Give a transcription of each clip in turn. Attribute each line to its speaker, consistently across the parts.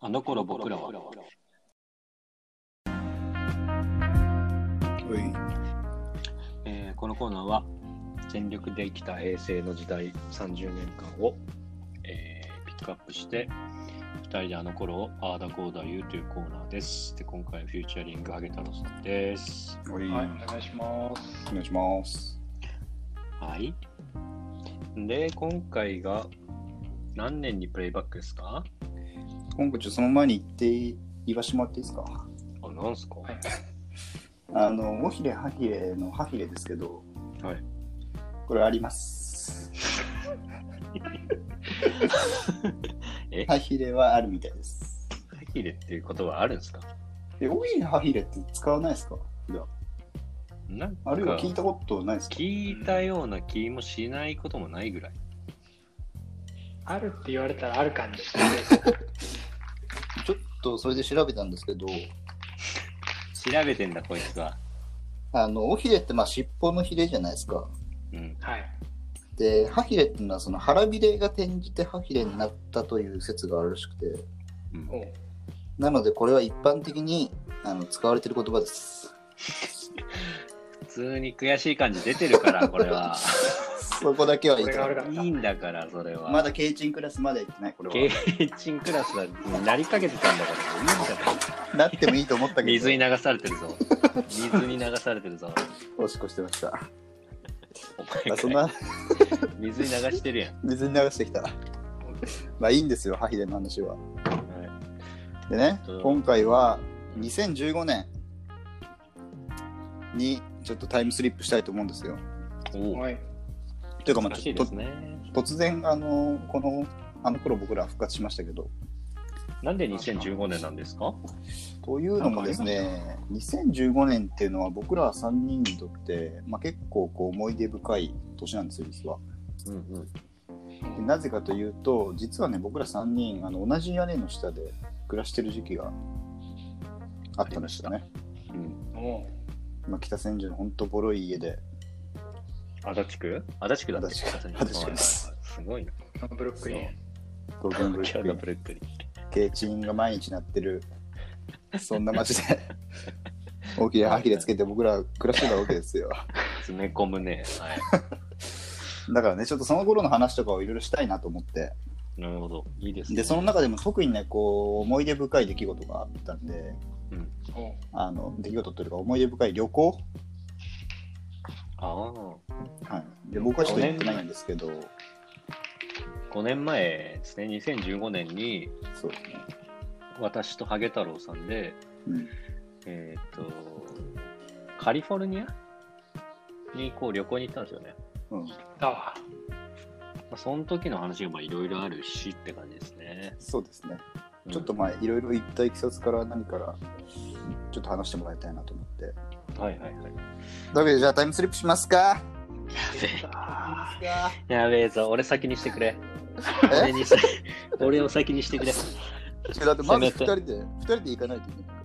Speaker 1: あの頃僕らは。えーこのコーナーは全力で生きた平成の時代30年間を、えーピックアップして2人であの頃をああだこうだ言うというコーナーです。で今回フューチャリングハゲ太郎さんです。
Speaker 2: はい、
Speaker 3: は
Speaker 2: お
Speaker 3: い、お願いします。
Speaker 2: 願いします。
Speaker 1: はい。で今回が何年にプレイバックですか
Speaker 2: 今回ちょっとその前に言って言わしてもらっていいですか
Speaker 1: あ、なんすか、
Speaker 3: はい
Speaker 2: あの、モヒレハヒレのハヒレですけど、
Speaker 1: はい。
Speaker 2: これあります。
Speaker 1: え
Speaker 2: ハヒレはあるみたいです。
Speaker 1: ハヒレっていうことはあるんですか
Speaker 2: え、オヒレハヒレって使わないですか普段。
Speaker 1: なんか
Speaker 2: あるいは聞いたことないですか
Speaker 1: 聞いたような気もしないこともないぐらい。
Speaker 3: あるって言われたらある感じですね。
Speaker 2: ちょっとそれで調べたんですけど、
Speaker 1: 調べてんだ、こいつは。
Speaker 2: あの、オヒレってまあ尻尾のヒレじゃないですか。
Speaker 1: うん。
Speaker 3: はい。
Speaker 2: で、ハヒレっていうのはその腹びれが転じてハヒレになったという説があるらしくて、
Speaker 1: うん
Speaker 3: おう
Speaker 2: なのでこれは一般的にあの使われてる言葉です。
Speaker 1: 普通に悔しい感じ出てる から、これは。
Speaker 2: そこだけはいい
Speaker 3: これ
Speaker 2: と
Speaker 3: が
Speaker 2: 思
Speaker 3: あ
Speaker 2: う
Speaker 3: るから
Speaker 1: いいんだから、それは。
Speaker 2: まだケイチンクラスまで行ってない、こ
Speaker 1: ゲ
Speaker 2: れ
Speaker 1: ーチンクラスはなりかけてたんだから、いいんだか
Speaker 2: は。なってもいいと思ったけ
Speaker 1: ら。
Speaker 2: ど、
Speaker 1: 水に流されてるぞ。水に流されてるぞ。
Speaker 2: おしっこしてま した。
Speaker 1: お
Speaker 2: まあ、そん
Speaker 1: 前が
Speaker 2: な、
Speaker 1: 水に流してるやん。
Speaker 2: 水に流してきた。まあいいんですよ、ハヒレの話は。
Speaker 1: は
Speaker 2: でね
Speaker 1: うん、
Speaker 2: 今回は2015年にちょっとタイムスリップしたいと思うんですよ。
Speaker 1: い、おお、
Speaker 3: はい。
Speaker 2: というか、ま
Speaker 1: 難
Speaker 2: あ、
Speaker 1: しい
Speaker 2: ちょっと
Speaker 1: ですね。
Speaker 2: 突然、あの、この、あの頃僕ら復活しましたけど、
Speaker 1: なんで2015年なんですか
Speaker 2: というのもですね、2015年っていうのは僕ら3人にとって、まあ、結構こう思い出深い年なんですよ、実は。
Speaker 1: うんうん。
Speaker 2: でなぜかというと、実はね、僕ら3人、あの同じ屋根の下で暮らしてる時期があったんですよね。
Speaker 1: うん、
Speaker 3: おう
Speaker 2: まあ、北千住の本当ボロい家で、
Speaker 1: 足立区足立区だって
Speaker 2: 足立区足立区です。
Speaker 1: すごいな。
Speaker 3: ブロックリン。
Speaker 2: ゴールデンブル
Speaker 1: 東京
Speaker 2: ッ
Speaker 1: の
Speaker 2: ク
Speaker 1: ブルックリン。
Speaker 2: ケイチンが毎日鳴ってる、そんな街で、大きなハキレつけて僕ら暮らしてたわけですよ。
Speaker 1: 詰め込むね。はい。
Speaker 2: だからね、ちょっとその頃の話とかをいろいろしたいなと思って。
Speaker 1: なるほど。いいですね。
Speaker 2: でその中でも特にねこう思い出深い出来事があったんで
Speaker 3: おう
Speaker 2: あの出来事というか思い出深い旅行、
Speaker 1: ああ、
Speaker 2: はい、で僕はちょっと行ってないんですけど
Speaker 1: 5年前ですね、2015年に、
Speaker 2: そうですね、
Speaker 1: 私とハゲ太郎さんで、
Speaker 2: うん、
Speaker 1: えーっ、と、カリフォルニアにこう旅行に行ったんですよね。
Speaker 2: うん、
Speaker 3: だわ。
Speaker 1: まあ、その時の話がまあいろいろあるしって感じですね。
Speaker 2: そうですね
Speaker 1: うん
Speaker 2: ちょっとまあいろいろ行ったいきさつから何からちょっと話してもらいたいなと思って
Speaker 1: はいはいはい。
Speaker 2: だけどじゃあタイムスリップしますか
Speaker 3: あ
Speaker 1: やべえぞ、俺先にしてくれ。俺
Speaker 2: え
Speaker 1: にせ俺を先にしてくれ。
Speaker 2: 違うだってま
Speaker 1: せ
Speaker 2: ず2
Speaker 1: めて
Speaker 2: 人で2人で行かないといけない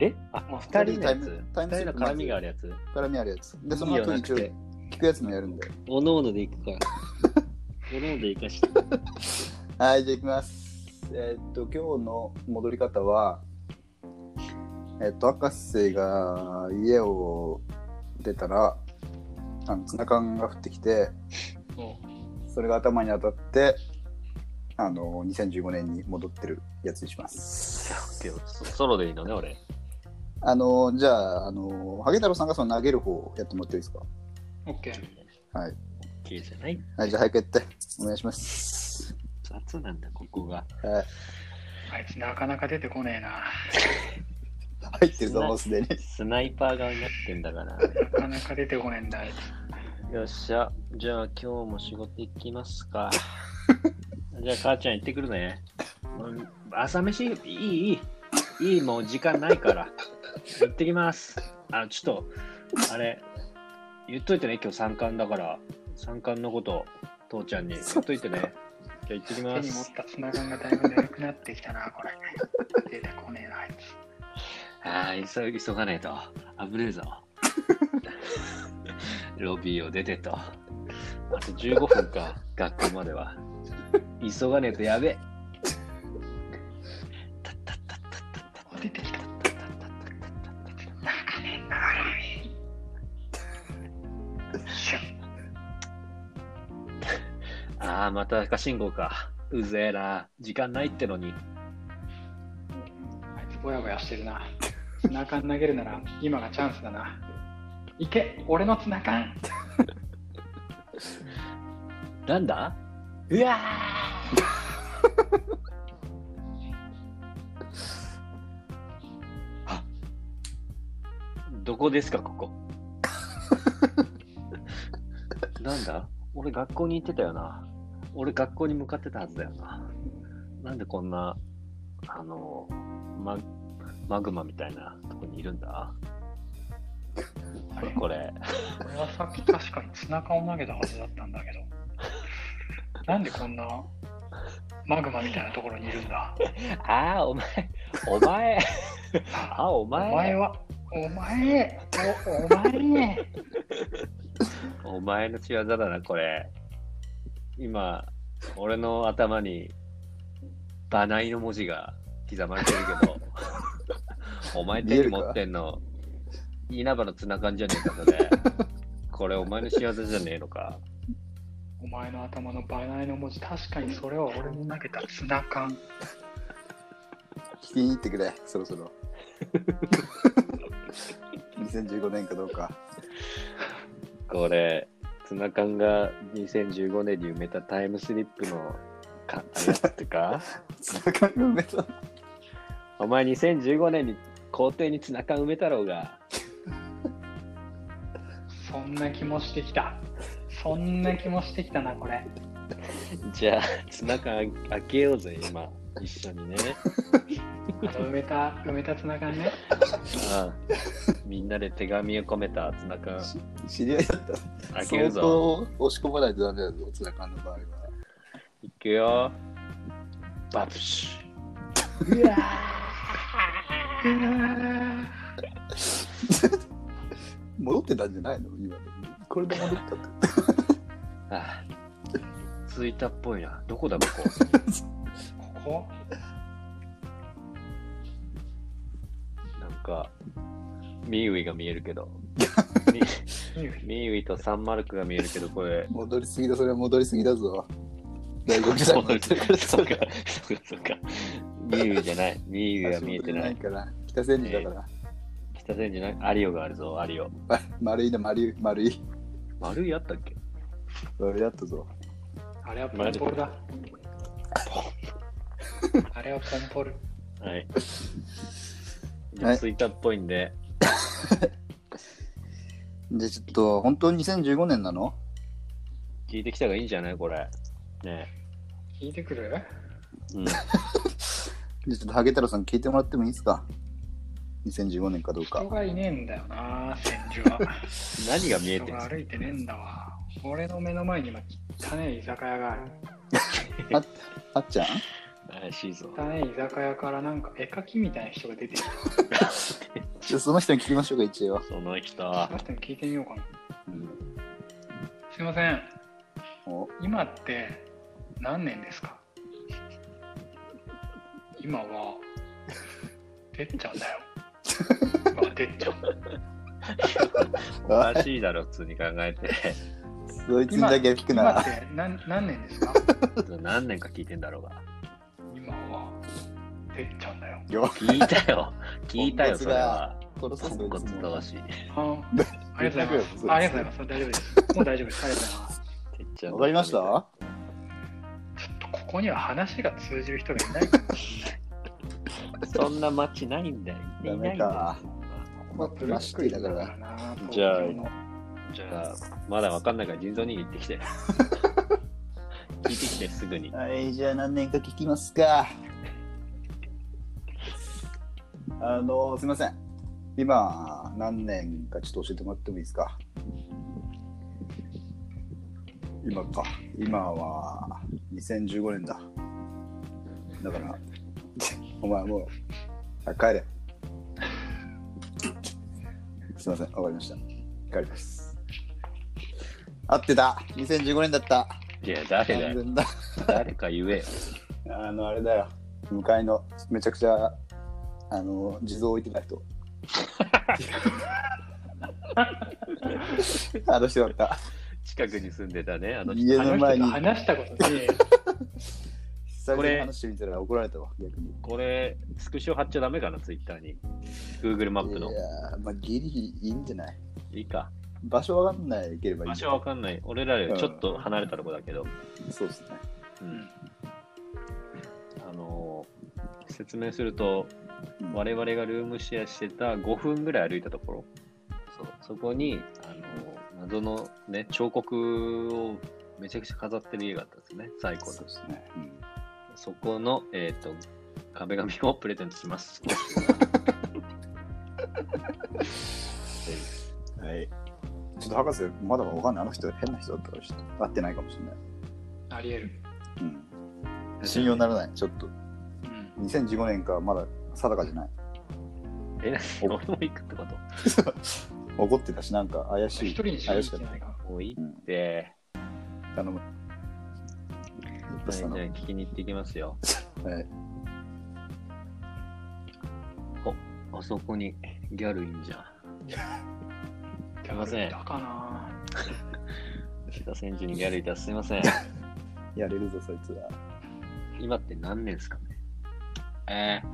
Speaker 1: えあ、
Speaker 3: まあ
Speaker 1: 二人のやつ
Speaker 2: タイ
Speaker 1: 二
Speaker 2: ムス
Speaker 1: 人
Speaker 2: リ
Speaker 1: の
Speaker 2: ップまず
Speaker 1: 絡みがあるやつ
Speaker 2: 絡みあるやつでそ
Speaker 1: いい
Speaker 2: の
Speaker 1: よ
Speaker 2: 後に
Speaker 1: な
Speaker 2: 一
Speaker 1: く
Speaker 2: 応
Speaker 1: て
Speaker 2: 聞くやつもやるんで
Speaker 1: おのおので行くか。おのおので行かして。
Speaker 2: はい、じゃあ行きます。えーっと、今日の戻り方は、えーっと、博士が家を出たら、あのツナ缶が降ってきて、
Speaker 3: おう
Speaker 2: それが頭に当たって、あの、2015年に戻ってるやつにします。
Speaker 1: そソロでいいのね、俺。
Speaker 2: あの、じゃあ、あの、ハゲ太郎さんがその投げる方やってもらっていいですか
Speaker 3: オッケー。
Speaker 2: はい。
Speaker 1: 綺麗じゃない
Speaker 2: はい、じゃあ早くやって、お願いします。
Speaker 1: 雑なんだ、ここが。
Speaker 2: はい、
Speaker 3: あいつなかなか出てこねえな。
Speaker 2: 入ってるぞ、もうすでに。
Speaker 1: スナイパー側になってんだから。
Speaker 3: なかなか出てこねえんだ。あいつ
Speaker 1: よっしゃ。じゃあ今日も仕事行きますか。じゃあ母ちゃん行ってくるね。うん朝飯いいいいいいもう時間ないから。行ってきます。あ、ちょっと、あれ、言っといてね、今日三冠だから、三冠のこと、父ちゃんに言っといてね。じゃあ行ってき
Speaker 3: 手
Speaker 1: ま
Speaker 3: に持っ
Speaker 1: す。
Speaker 3: た砂缶がだいぶ長くなってきたな、これ。出てこねえな、あいつ。
Speaker 1: ああ、急ぎ急がねえと。危ねえぞ。ロビーを出てと。あと15分か、学校までは。急がねえとやべえ。たっああ、また赤信号か。うぜえな。時間ないってのに。
Speaker 3: あいつぼやぼやしてるな。ツナ缶投げるなら今がチャンスだな。いけ、俺のツナ缶。
Speaker 1: なんだうわーあどこですか、こ こ。なんだ俺学校に行ってたよな。俺学校に向かってたはずだよな。なんでこんな、あの、ママグマみたいなとこにいるんだ
Speaker 3: あれ
Speaker 1: これ。
Speaker 3: 俺はさっき確かにツナ缶を投げたはずだったんだけ ど。なんでこんなマグマみたいなところにいるんだ。
Speaker 1: ああ、お前、お前、 あお
Speaker 3: お
Speaker 1: 前、
Speaker 3: 前は、お前、おお前。
Speaker 1: お前の仕業だな、これ。今、俺の頭に、バナイの文字が刻まれてるけ ど、お前手に持ってんの、稲葉のツナ缶じゃねえか、それ。これ、お前の仕業じゃねえのか。
Speaker 3: お前の頭のバナイの文字、確かにそれは俺の投げたツナ缶。
Speaker 2: 聞きに行ってくれそろそろ2015年かどうか
Speaker 1: これ、ツナ缶が2015年に埋めたタイムスリップのか、あれだってか
Speaker 2: ツナ缶が埋めた
Speaker 1: お前2015年に校庭にツナ缶埋めたろうが。
Speaker 3: そんな気もしてきた。そんな気もしてきたな、これ。
Speaker 1: じゃあ、ツナ缶開けようぜ、今。一緒にね。
Speaker 3: あの埋めた、埋めたツナ缶ね。
Speaker 1: ああみんなで手紙を込めたツナ缶
Speaker 2: 知り合いだった
Speaker 1: 開け
Speaker 2: 相
Speaker 1: るぞ。
Speaker 2: 当押し込まないとダメだぞツナ缶の場合はい
Speaker 1: くよ。バプシ
Speaker 3: うわーうわー
Speaker 2: 戻ってたんじゃないの今これで戻ったって
Speaker 1: ュ。ああ着いたっぽいな。どこだ、ここ。
Speaker 3: ここ
Speaker 1: なんか、ミーウイが見える けど。ミミーウイとサンマルクが見えるけど、これ。
Speaker 2: 戻りすぎだそれは戻りすぎだぞ大学時代になってるから
Speaker 1: そうか、そうか、そうか。ミーウイじゃない。ミーウイは見えてない。
Speaker 2: から北千住だから、
Speaker 1: 北千住ない。アリオがあるぞ、アリオ。
Speaker 2: あ丸いな丸い丸い
Speaker 1: 丸いあったっけ
Speaker 2: 丸いだったぞ
Speaker 3: あれはポンポルだ。あれはポンポル。
Speaker 1: はい。じゃあ、
Speaker 2: はい
Speaker 1: 着いたっぽいんで。
Speaker 2: でちょっと本当に2015年なの
Speaker 1: 聞いてきた方がいいんじゃないこれ。ね
Speaker 3: 聞いてくる
Speaker 1: え。 うん。
Speaker 2: でちょっとハゲ太郎さん聞いてもらってもいいですか2015年かどうか
Speaker 3: 人がいねえんだよな、千住は。
Speaker 1: 何が見え
Speaker 3: 人
Speaker 1: てん
Speaker 3: が
Speaker 1: すか
Speaker 3: 歩いてねえんだわ。俺の目の前に今、汚ねえ居酒屋がある。
Speaker 2: ああっちゃん
Speaker 1: 怪しいぞ。
Speaker 3: 汚ねえ居酒屋からなんか絵描きみたいな人が出てきた。
Speaker 2: ちょその人に聞きましょうか一応、
Speaker 1: その人。
Speaker 3: その人に聞いてみようかな。
Speaker 2: うん、
Speaker 3: すいません、
Speaker 2: お
Speaker 3: 今って何年ですか今は、てっちゃ んだよ。あ、てっちゃん。
Speaker 1: おかしいだろ、普通に考えて。
Speaker 2: そいつにだけ聞くな
Speaker 3: 今っ
Speaker 2: ら
Speaker 3: て何何年ですか
Speaker 1: 何年か聞いてんだろうが。
Speaker 3: 今は、てっちゃんだよ。
Speaker 2: よ
Speaker 1: 聞いた よ。聞いたよ、
Speaker 2: ポ
Speaker 1: そ
Speaker 2: ンコツが
Speaker 1: れは。
Speaker 2: 殺
Speaker 1: ポ
Speaker 2: すぞ
Speaker 1: ンコツ
Speaker 2: いつも
Speaker 1: 正しい。
Speaker 3: あありがとうございます。あありがとうございます。大丈夫です。もう大丈夫です。ありがとうございます。
Speaker 1: てっちゃん
Speaker 2: わかりました
Speaker 3: ちょっとここには話が通じる人がいないかもしれない。
Speaker 1: そんな街ないんだよ。
Speaker 2: ダ
Speaker 1: いな
Speaker 2: メ
Speaker 1: いんだよ
Speaker 2: か。 まあプラスティだから
Speaker 3: な
Speaker 1: じゃあ
Speaker 3: 東京の
Speaker 1: じゃあ、まだわかんないから人造人間行って きて。聞いてきて、すぐに。
Speaker 2: はいじゃあ何年か聞きますかあのすいません今何年かちょっと教えてもらってもいいですか今か今は2015年だだから お前もうあ帰れすいませんわかりました帰ります合ってた2015年だった
Speaker 1: いや、誰だ
Speaker 2: 完
Speaker 1: よ。
Speaker 2: 全だ
Speaker 1: 誰か言えよ。
Speaker 2: あの、あれだよ。向かいの、めちゃくちゃ、あの、地蔵置いてた人。 あの人だった。
Speaker 1: 近くに住んでたね、あの人。
Speaker 2: 家
Speaker 3: あの
Speaker 2: の
Speaker 3: 人
Speaker 2: 前
Speaker 3: と
Speaker 2: に
Speaker 3: 話したことね
Speaker 2: 久々に話してみたら怒られたわ、逆に。
Speaker 1: これ、スクショ貼っちゃダメかな、ツイッターに。Google マップの
Speaker 2: い。やーまあ、ギリいいんじゃない
Speaker 1: いいか。
Speaker 2: 場所わかんないければいい。
Speaker 1: 場所はわかんない。俺らよりちょっと離れたとこだけど、
Speaker 2: そうですね。
Speaker 1: うん。あのー説明すると、
Speaker 2: うん
Speaker 1: 我々がルームシェアしてた5分ぐらい歩いたところ、そうそこに、あのー謎のね、彫刻をめちゃくちゃ飾ってる家があったんですね、最高
Speaker 2: そう
Speaker 1: の
Speaker 2: で。すね。うん
Speaker 1: そこの、えっ、と、壁紙をプレゼントします。
Speaker 2: はい。ちょっと博士、まだわかんない。あの人、変な人だったから、ちょっと合ってないかもしれない。
Speaker 3: ありえる、
Speaker 2: うん。信用ならない。ちょっと、
Speaker 3: うん、
Speaker 2: 2015年か、まだ定かじゃない。
Speaker 1: え、なに俺も行くってこ
Speaker 2: 怒ってたし、なんか怪しい。
Speaker 3: 一人にしか
Speaker 2: 怪
Speaker 3: 行
Speaker 2: しかっ
Speaker 3: けないか
Speaker 1: ともう行
Speaker 2: うん
Speaker 1: って、
Speaker 2: た。頼む。
Speaker 1: はい、じゃあ聞きに行ってきますよ。
Speaker 2: はい。
Speaker 1: あそこにギャルいんじゃん。
Speaker 3: ら
Speaker 1: いません
Speaker 3: だかな
Speaker 1: 北千住にギャルいたらすいませ ん。
Speaker 2: やれるぞ、そいつら。
Speaker 1: 今って何年ですかねえー、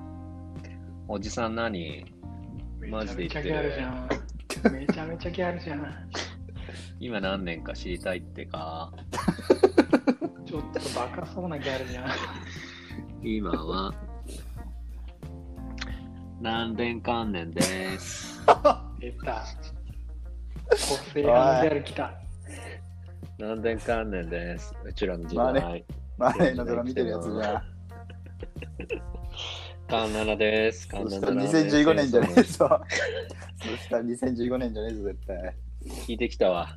Speaker 1: おじさん何
Speaker 3: め
Speaker 1: マジで
Speaker 3: ち
Speaker 1: 言
Speaker 3: ゃめちゃ
Speaker 1: って
Speaker 3: ギャルじ
Speaker 1: る。
Speaker 3: ゃんめちゃめちゃギャルじゃん
Speaker 1: 今何年か知りたいってか。
Speaker 3: ちょっとバカそうなギャルじゃん
Speaker 1: 今は何年関連です。
Speaker 3: 出 た個性派のギャル来た
Speaker 1: 何年関連です。うちらの時
Speaker 2: まあね
Speaker 1: 代。
Speaker 2: 前のドラ見てるやつじゃん。
Speaker 1: カンナナです。カン
Speaker 2: そ
Speaker 1: ナナ
Speaker 2: したら2015年じゃねえ
Speaker 1: え。
Speaker 2: ぞ。そしたら2015年じゃねえぞ、絶対。
Speaker 1: 聞いてきた わ。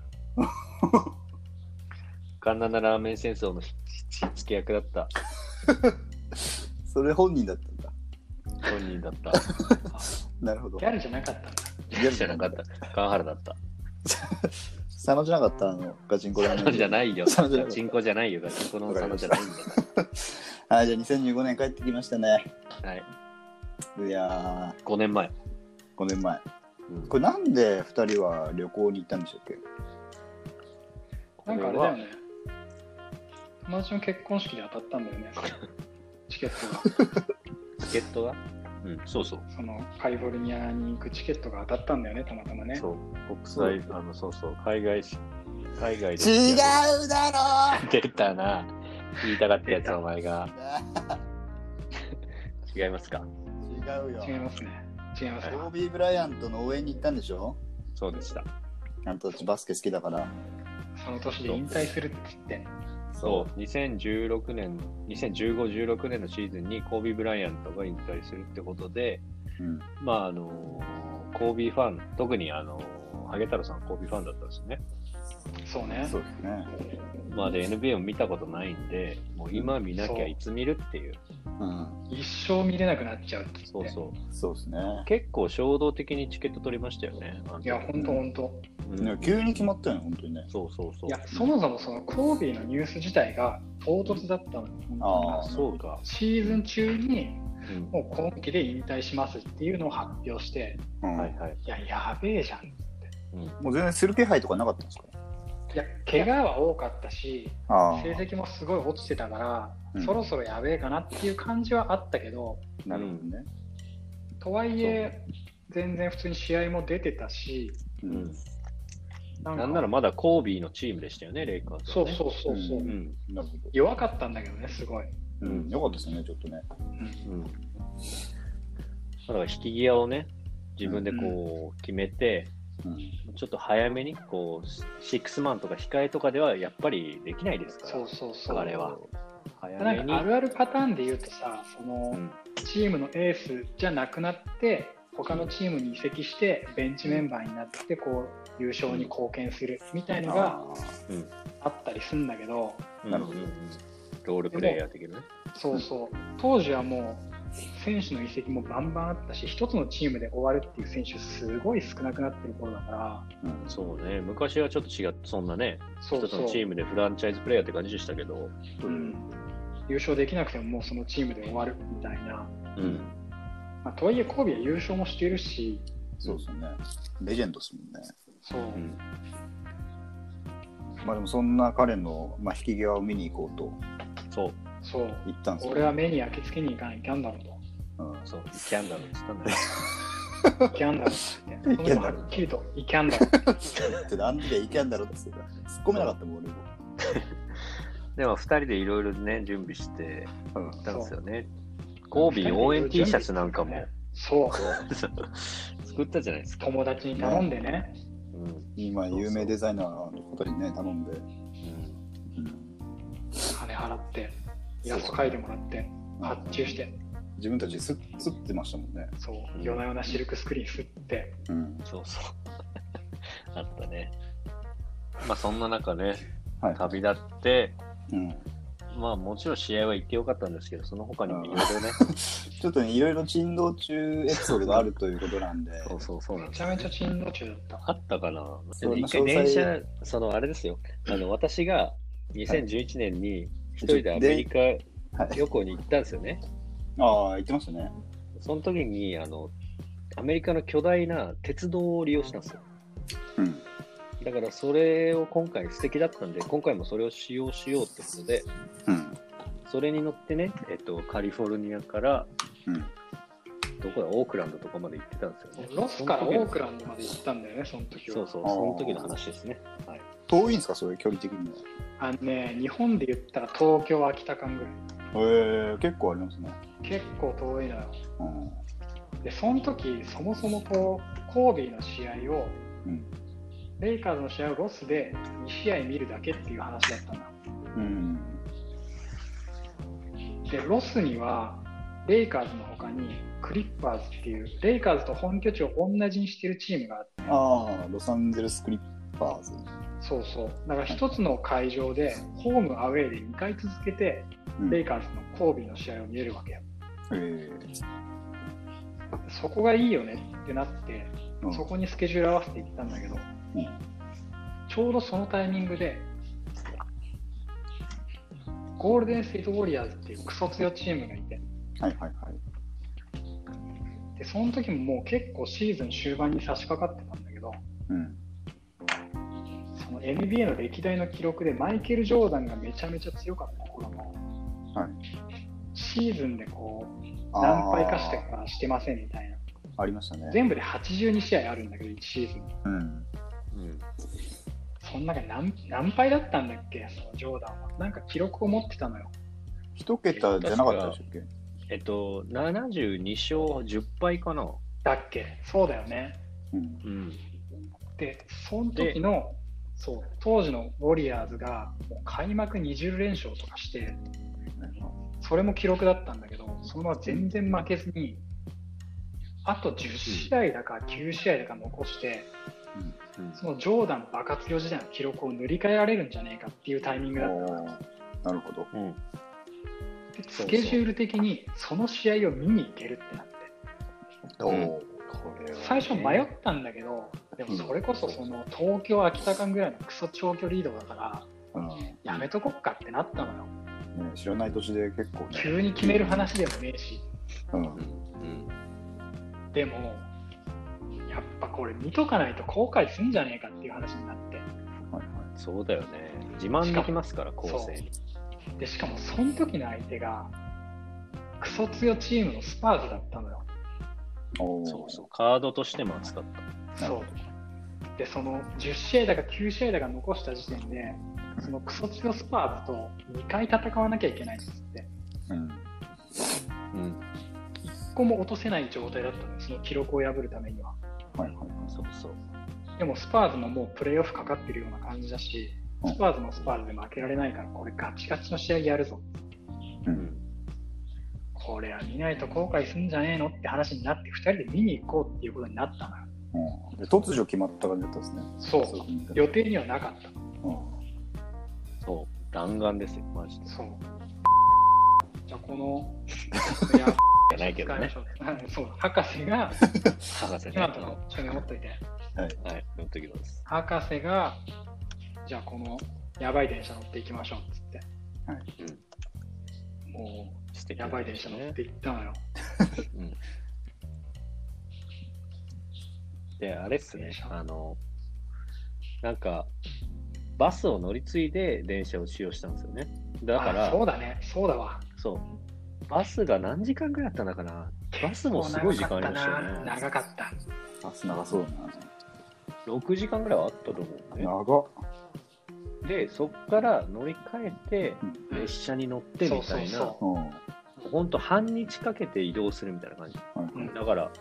Speaker 1: カンナナラーメン戦争の火付け役だった。
Speaker 2: それ本人だったんだ。
Speaker 1: 本人だ った。
Speaker 2: なるほど。
Speaker 3: ギャルじゃなかったんだ
Speaker 1: ギャルじゃなかった。カンハラだ った。
Speaker 2: 佐野じゃなかった、あの、ガチンコラーメン。
Speaker 1: じゃないよ。
Speaker 2: 佐野じゃなかった
Speaker 1: チンコじゃないよ。ガチンコの佐野じゃないんだか
Speaker 2: はい、じゃあ2015年帰ってきましたね。
Speaker 1: ら。はい。
Speaker 2: いや
Speaker 1: 5年前。
Speaker 2: ー、5年前。
Speaker 1: うん
Speaker 2: これなんで2人は旅行に行ったんでしたっけ
Speaker 3: なんかあれだよね友達の結婚式で当たったんだよ ねチケットが
Speaker 1: チケットがうん、そうそう。
Speaker 3: そのカリフォルニアに行くチケットが当たったんだよねたまたまね
Speaker 1: そう。国際、あの、そうそう。海外し、海外で。
Speaker 2: うだろ
Speaker 1: 出たな。言いたかったやつ、お前が。違いますか
Speaker 2: 違うよ
Speaker 3: 違いますね違いますね
Speaker 2: コービー・ブライアントの応援に行ったんでしょ
Speaker 1: そうでした。
Speaker 2: あんたたちバスケ好きだから
Speaker 3: その年で引退するって言って
Speaker 1: そう、2016年、2015、16年のシーズンにコービー・ブライアントが引退するってことで、
Speaker 2: う、うん、
Speaker 1: まあ、あのーコービーファン、特にあのーハゲ太郎さん、コービーファンだったんですよね。
Speaker 3: そうね
Speaker 2: そうですね、
Speaker 1: まあ、で、NBA を見たことないんで、もう今見なき
Speaker 3: そ
Speaker 1: ゃ
Speaker 3: う
Speaker 1: いつ見るっていう、
Speaker 2: うん、
Speaker 3: 一生見れなくなっちゃうって言って
Speaker 1: そうそう
Speaker 2: そうですね
Speaker 1: 結構衝動的にチケット取りましたよね。あの時
Speaker 3: やほんとほんと
Speaker 1: うん
Speaker 2: ね急に決まったよね本当にね
Speaker 1: そうそうそう
Speaker 3: い。やそもそもそのコービーのニュース自体が唐突だったの
Speaker 2: あー
Speaker 1: そうか。
Speaker 3: シーズン中に
Speaker 1: うん
Speaker 3: もう今季で引退しますっていうのを発表して
Speaker 2: うん
Speaker 1: はいはい。
Speaker 3: いややべえじゃん
Speaker 2: もう全然する気配とかなかったんですか
Speaker 3: いや怪我は多かったし
Speaker 2: あ
Speaker 3: 成績もすごい落ちてたから、
Speaker 2: うん
Speaker 3: そろそろやべえかなっていう感じはあったけど
Speaker 2: なるほどね、
Speaker 3: とはいえ全然普通に試合も出てたし
Speaker 2: う
Speaker 1: うんん
Speaker 3: なんか
Speaker 1: なんならまだコービーのチームでしたよね、レイカーズ
Speaker 3: そ
Speaker 1: は
Speaker 3: う
Speaker 1: ね、
Speaker 3: そうそうそう、
Speaker 2: うん
Speaker 1: うん。
Speaker 2: なるほど、
Speaker 3: 弱かったんだけどねすごい
Speaker 2: うん、よかったですねちょっとね
Speaker 1: うん、だから引き際をね、自分でこう決めて、
Speaker 2: うん
Speaker 1: ちょっと早めにこう、シックスマンとか控えとかではやっぱりできないですから、
Speaker 3: そうそうそう
Speaker 1: あれは。早
Speaker 3: な
Speaker 1: め
Speaker 3: ん
Speaker 1: に
Speaker 3: かあ。るあるパターンで言うとさその、
Speaker 1: うん
Speaker 3: チームのエースじゃなくなって他のチームに移籍してベンチメンバーになってこう優勝に貢献するみたいのが
Speaker 2: あー
Speaker 3: あったりするんだけど
Speaker 1: うん
Speaker 2: なるほど
Speaker 1: うんロールプレイヤー的なね。
Speaker 3: そうそう当時はもう選手の移籍もバンバンあったし一つのチームで終わるっていう選手すごい少なくなってる頃だから
Speaker 2: うん
Speaker 1: そうね、昔はちょっと違って、そんなね、
Speaker 3: そう
Speaker 1: 一つ
Speaker 3: そう
Speaker 1: のチームでフランチャイズプレイヤーって感じでしたけど、
Speaker 3: うん、優勝できなくてももうそのチームで終わるみたいな、
Speaker 1: うん、
Speaker 3: まあ、とはいえコービーは優勝もしているし
Speaker 2: そうですねレジェンドですもんね
Speaker 3: そう、
Speaker 1: うん
Speaker 2: まあでもそんな彼の、まあ、引き際を見に行こうと
Speaker 1: そう、
Speaker 3: そう。
Speaker 2: 言ったんですよ
Speaker 3: 俺は目に焼き付けに行かないキャンダル と。
Speaker 2: うん
Speaker 1: そう、キャンダルって言ったんだよ。
Speaker 3: イキャンダルって。この
Speaker 2: イキャ
Speaker 3: 人
Speaker 2: ンダ
Speaker 3: は
Speaker 2: ル
Speaker 3: っきりとイキャンダル。
Speaker 2: ってなんでいけんだろうって言ってた突っ込めなかったもん俺も、
Speaker 1: でも、二人でいろいろね、準備して
Speaker 2: うん
Speaker 1: 行ったんですよね。神戸応援 T シャツなんかも
Speaker 3: そう。
Speaker 1: 作ったじゃないですか。
Speaker 3: 友達に頼んでね。
Speaker 1: うんうん
Speaker 2: 今有名デザイナーのことにね頼んで、うん
Speaker 3: 金払って、イラスト描いてもらって、発注して。
Speaker 2: 自分たちすすってましたもんね、
Speaker 3: そうう。
Speaker 1: ん
Speaker 3: 夜な夜なシルクスクリーン吸って。
Speaker 2: うん、
Speaker 1: そうそう。 あったね。まあ、そんな中ね、
Speaker 2: はい
Speaker 1: 旅立って、
Speaker 2: うん、
Speaker 1: まあ、もちろん試合は行ってよかったんですけど、その他にもいろいろね、
Speaker 2: ちょっとねいろいろ珍道中エピソードがあるということなんで
Speaker 1: そうそうそうなん
Speaker 3: め
Speaker 1: です
Speaker 3: ちゃめちゃ珍道中だった。
Speaker 1: あったかな
Speaker 2: そう
Speaker 1: 一回
Speaker 2: 詳
Speaker 1: 電
Speaker 2: 細
Speaker 1: 車、そのあれですよ、あの私が2011年に一人でア
Speaker 2: はい
Speaker 1: メリカ
Speaker 2: はい
Speaker 1: 旅行に行ったんですよね。
Speaker 2: ああ言ってましたね
Speaker 1: その時にあのアメリカの巨大な鉄道を利用したんですよ。
Speaker 2: うん
Speaker 1: だからそれを今回素敵だったんで、今回もそれを使用しようってことで、
Speaker 2: うん
Speaker 1: それに乗ってね、えっと、カリフォルニアから
Speaker 2: うん
Speaker 1: どこだ、オークランドとかまで行ってたんですよね。
Speaker 3: ロスからオークランドまで行ったんだよね、その時は。
Speaker 1: そうそう、その時の話ですね。はい、
Speaker 2: 遠いんですかそういう距離的には
Speaker 3: あのね、日本で言ったら東京、秋田間ぐらい。
Speaker 2: へえ結構ありますね、
Speaker 3: 結構遠いのよ。
Speaker 2: うん
Speaker 3: で、その時、そもそもこう、コービーの試合を、
Speaker 2: うん
Speaker 3: レイカーズの試合をロスで2試合見るだけっていう話だったんだ。
Speaker 2: うん
Speaker 3: で、ロスには、レイカーズの他に、クリッパーズっていう、レイカーズと本拠地を同じにしてるチームがあって、
Speaker 2: ああロサンゼルス・クリッパーズ、
Speaker 3: そうそう。だから一つの会場で、ホームアウェイで2回続けて、
Speaker 2: うん、
Speaker 3: レ
Speaker 2: へ
Speaker 3: イカーズのコービーの試合を見れるわけよ。
Speaker 2: え
Speaker 3: そこがいいよねってなって、
Speaker 2: うん
Speaker 3: そこにスケジュール合わせて行ったんだけど、
Speaker 2: うん
Speaker 3: ちょうどそのタイミングで、ゴールデン・ステート・ウォリアーズっていうクソ強いチームがいて、
Speaker 2: はいはいはい
Speaker 3: でその時ももう結構シーズン終盤に差し掛かってたんだけど、
Speaker 2: うん
Speaker 3: その NBA の歴代の記録でマイケル・ジョーダンがめちゃめちゃ強かった頃の、
Speaker 2: はい
Speaker 3: シーズンでこう
Speaker 2: あー
Speaker 3: 何回かしてかしてませんみたいな、
Speaker 2: ありましたね
Speaker 3: 全部で82試合あるんだけど、1シーズン。
Speaker 2: うん
Speaker 1: うん
Speaker 3: その中で何何敗だったんだっけ、そのジョーダンは。なんか記録を持ってたのよ。
Speaker 2: 一桁じゃなかったでしたっけ
Speaker 1: えっと、72勝10敗かな。
Speaker 3: だっけそうだよね。
Speaker 2: うん
Speaker 1: うん、
Speaker 3: で、その時の、そう、当時のウォリアーズが、もう開幕20連勝とかして、それも記録だったんだけど、そのまま全然負けずに、あと10試合だか9試合だか残して、
Speaker 1: うん
Speaker 3: そのジョーダン爆発業時代の記録を塗り替えられるんじゃねえかっていうタイミングだった
Speaker 2: おーなるほど。
Speaker 1: うん、
Speaker 3: でスケジュール的にその試合を見に行けるってなって。
Speaker 1: うん
Speaker 2: お
Speaker 3: 最初迷ったんだけど、でもそれこそその東京、秋田間ぐらいのクソ長距離移動だから、
Speaker 2: ーうんね
Speaker 3: やめとこっかってなったのよ、
Speaker 2: 知らない年で結構ね。
Speaker 3: 急に決める話でもねえし、
Speaker 2: うん
Speaker 1: うん
Speaker 3: でも、やっぱこれ、見とかないと後悔すんじゃねえかっていう話になっ
Speaker 2: はい
Speaker 1: そうだよね。自慢できますから、構成に。
Speaker 3: て、でしかもその時の相手が、クソ強チームのスパーズだったのよ、
Speaker 2: おー
Speaker 1: そうそう。カードとしても扱っ
Speaker 2: なる
Speaker 3: そ
Speaker 2: ほ
Speaker 3: う。でその10試合だか9試合だか残した時点で、そのクソ強スパーズと2回戦わなきゃいけないんですって。
Speaker 2: うん
Speaker 1: た。うん。
Speaker 3: ここも落とせない状態だったのよその記録を破るためには。
Speaker 2: はいはいはい
Speaker 1: そうそう。
Speaker 3: でもスパーズのもうプレーオフかかってるような感じだし、
Speaker 2: うん
Speaker 3: スパーズもスパーズで負けられないから、これガチガチの試合やるぞ。
Speaker 1: うん。
Speaker 3: これは見ないと後悔すんじゃねえのって話になって、2人で見に行こうっていうことになったのよ。
Speaker 2: うんで突如決まった感じだったんですね。
Speaker 3: そう。予定にはなかった。
Speaker 2: う
Speaker 1: そう。弾丸ですよ、マジで。
Speaker 3: そう。じゃあこ の、いや、
Speaker 1: じゃないけどね。
Speaker 3: 使いましょうそう、博士が、
Speaker 1: 博士
Speaker 3: ち
Speaker 1: ね。
Speaker 3: ょ
Speaker 1: は
Speaker 3: っと手に持っといて。
Speaker 1: い。読んときます。
Speaker 3: 博士が、じゃあこのやばい電車乗っていきましょうっつって、
Speaker 2: はい
Speaker 3: も
Speaker 1: 素敵
Speaker 3: うやばい電車乗っ
Speaker 1: ね。
Speaker 3: て行ったのよ。
Speaker 1: で、あれっすね。あの、なんか、バスを乗り継いで電車を使用したんですよね。だか
Speaker 3: あ
Speaker 1: ら、
Speaker 3: そうだね、そうだわ。
Speaker 1: そう。バスが何時間ぐらいあったのかなバスもすごい時間ありましたよね。
Speaker 3: 長かったな。
Speaker 2: あ、長そうだ
Speaker 1: 6時間ぐらいはあったと思う
Speaker 2: な。
Speaker 1: ね。
Speaker 2: 長っ。
Speaker 1: で、そこから乗り換え
Speaker 3: う
Speaker 1: て、
Speaker 3: ん
Speaker 1: 列車に乗ってみた
Speaker 3: そうそう
Speaker 1: いな、
Speaker 3: そ
Speaker 2: うん。は
Speaker 1: ほんと半日かけて移動するみたいな感じ。
Speaker 2: いはい。
Speaker 3: うん
Speaker 1: だから、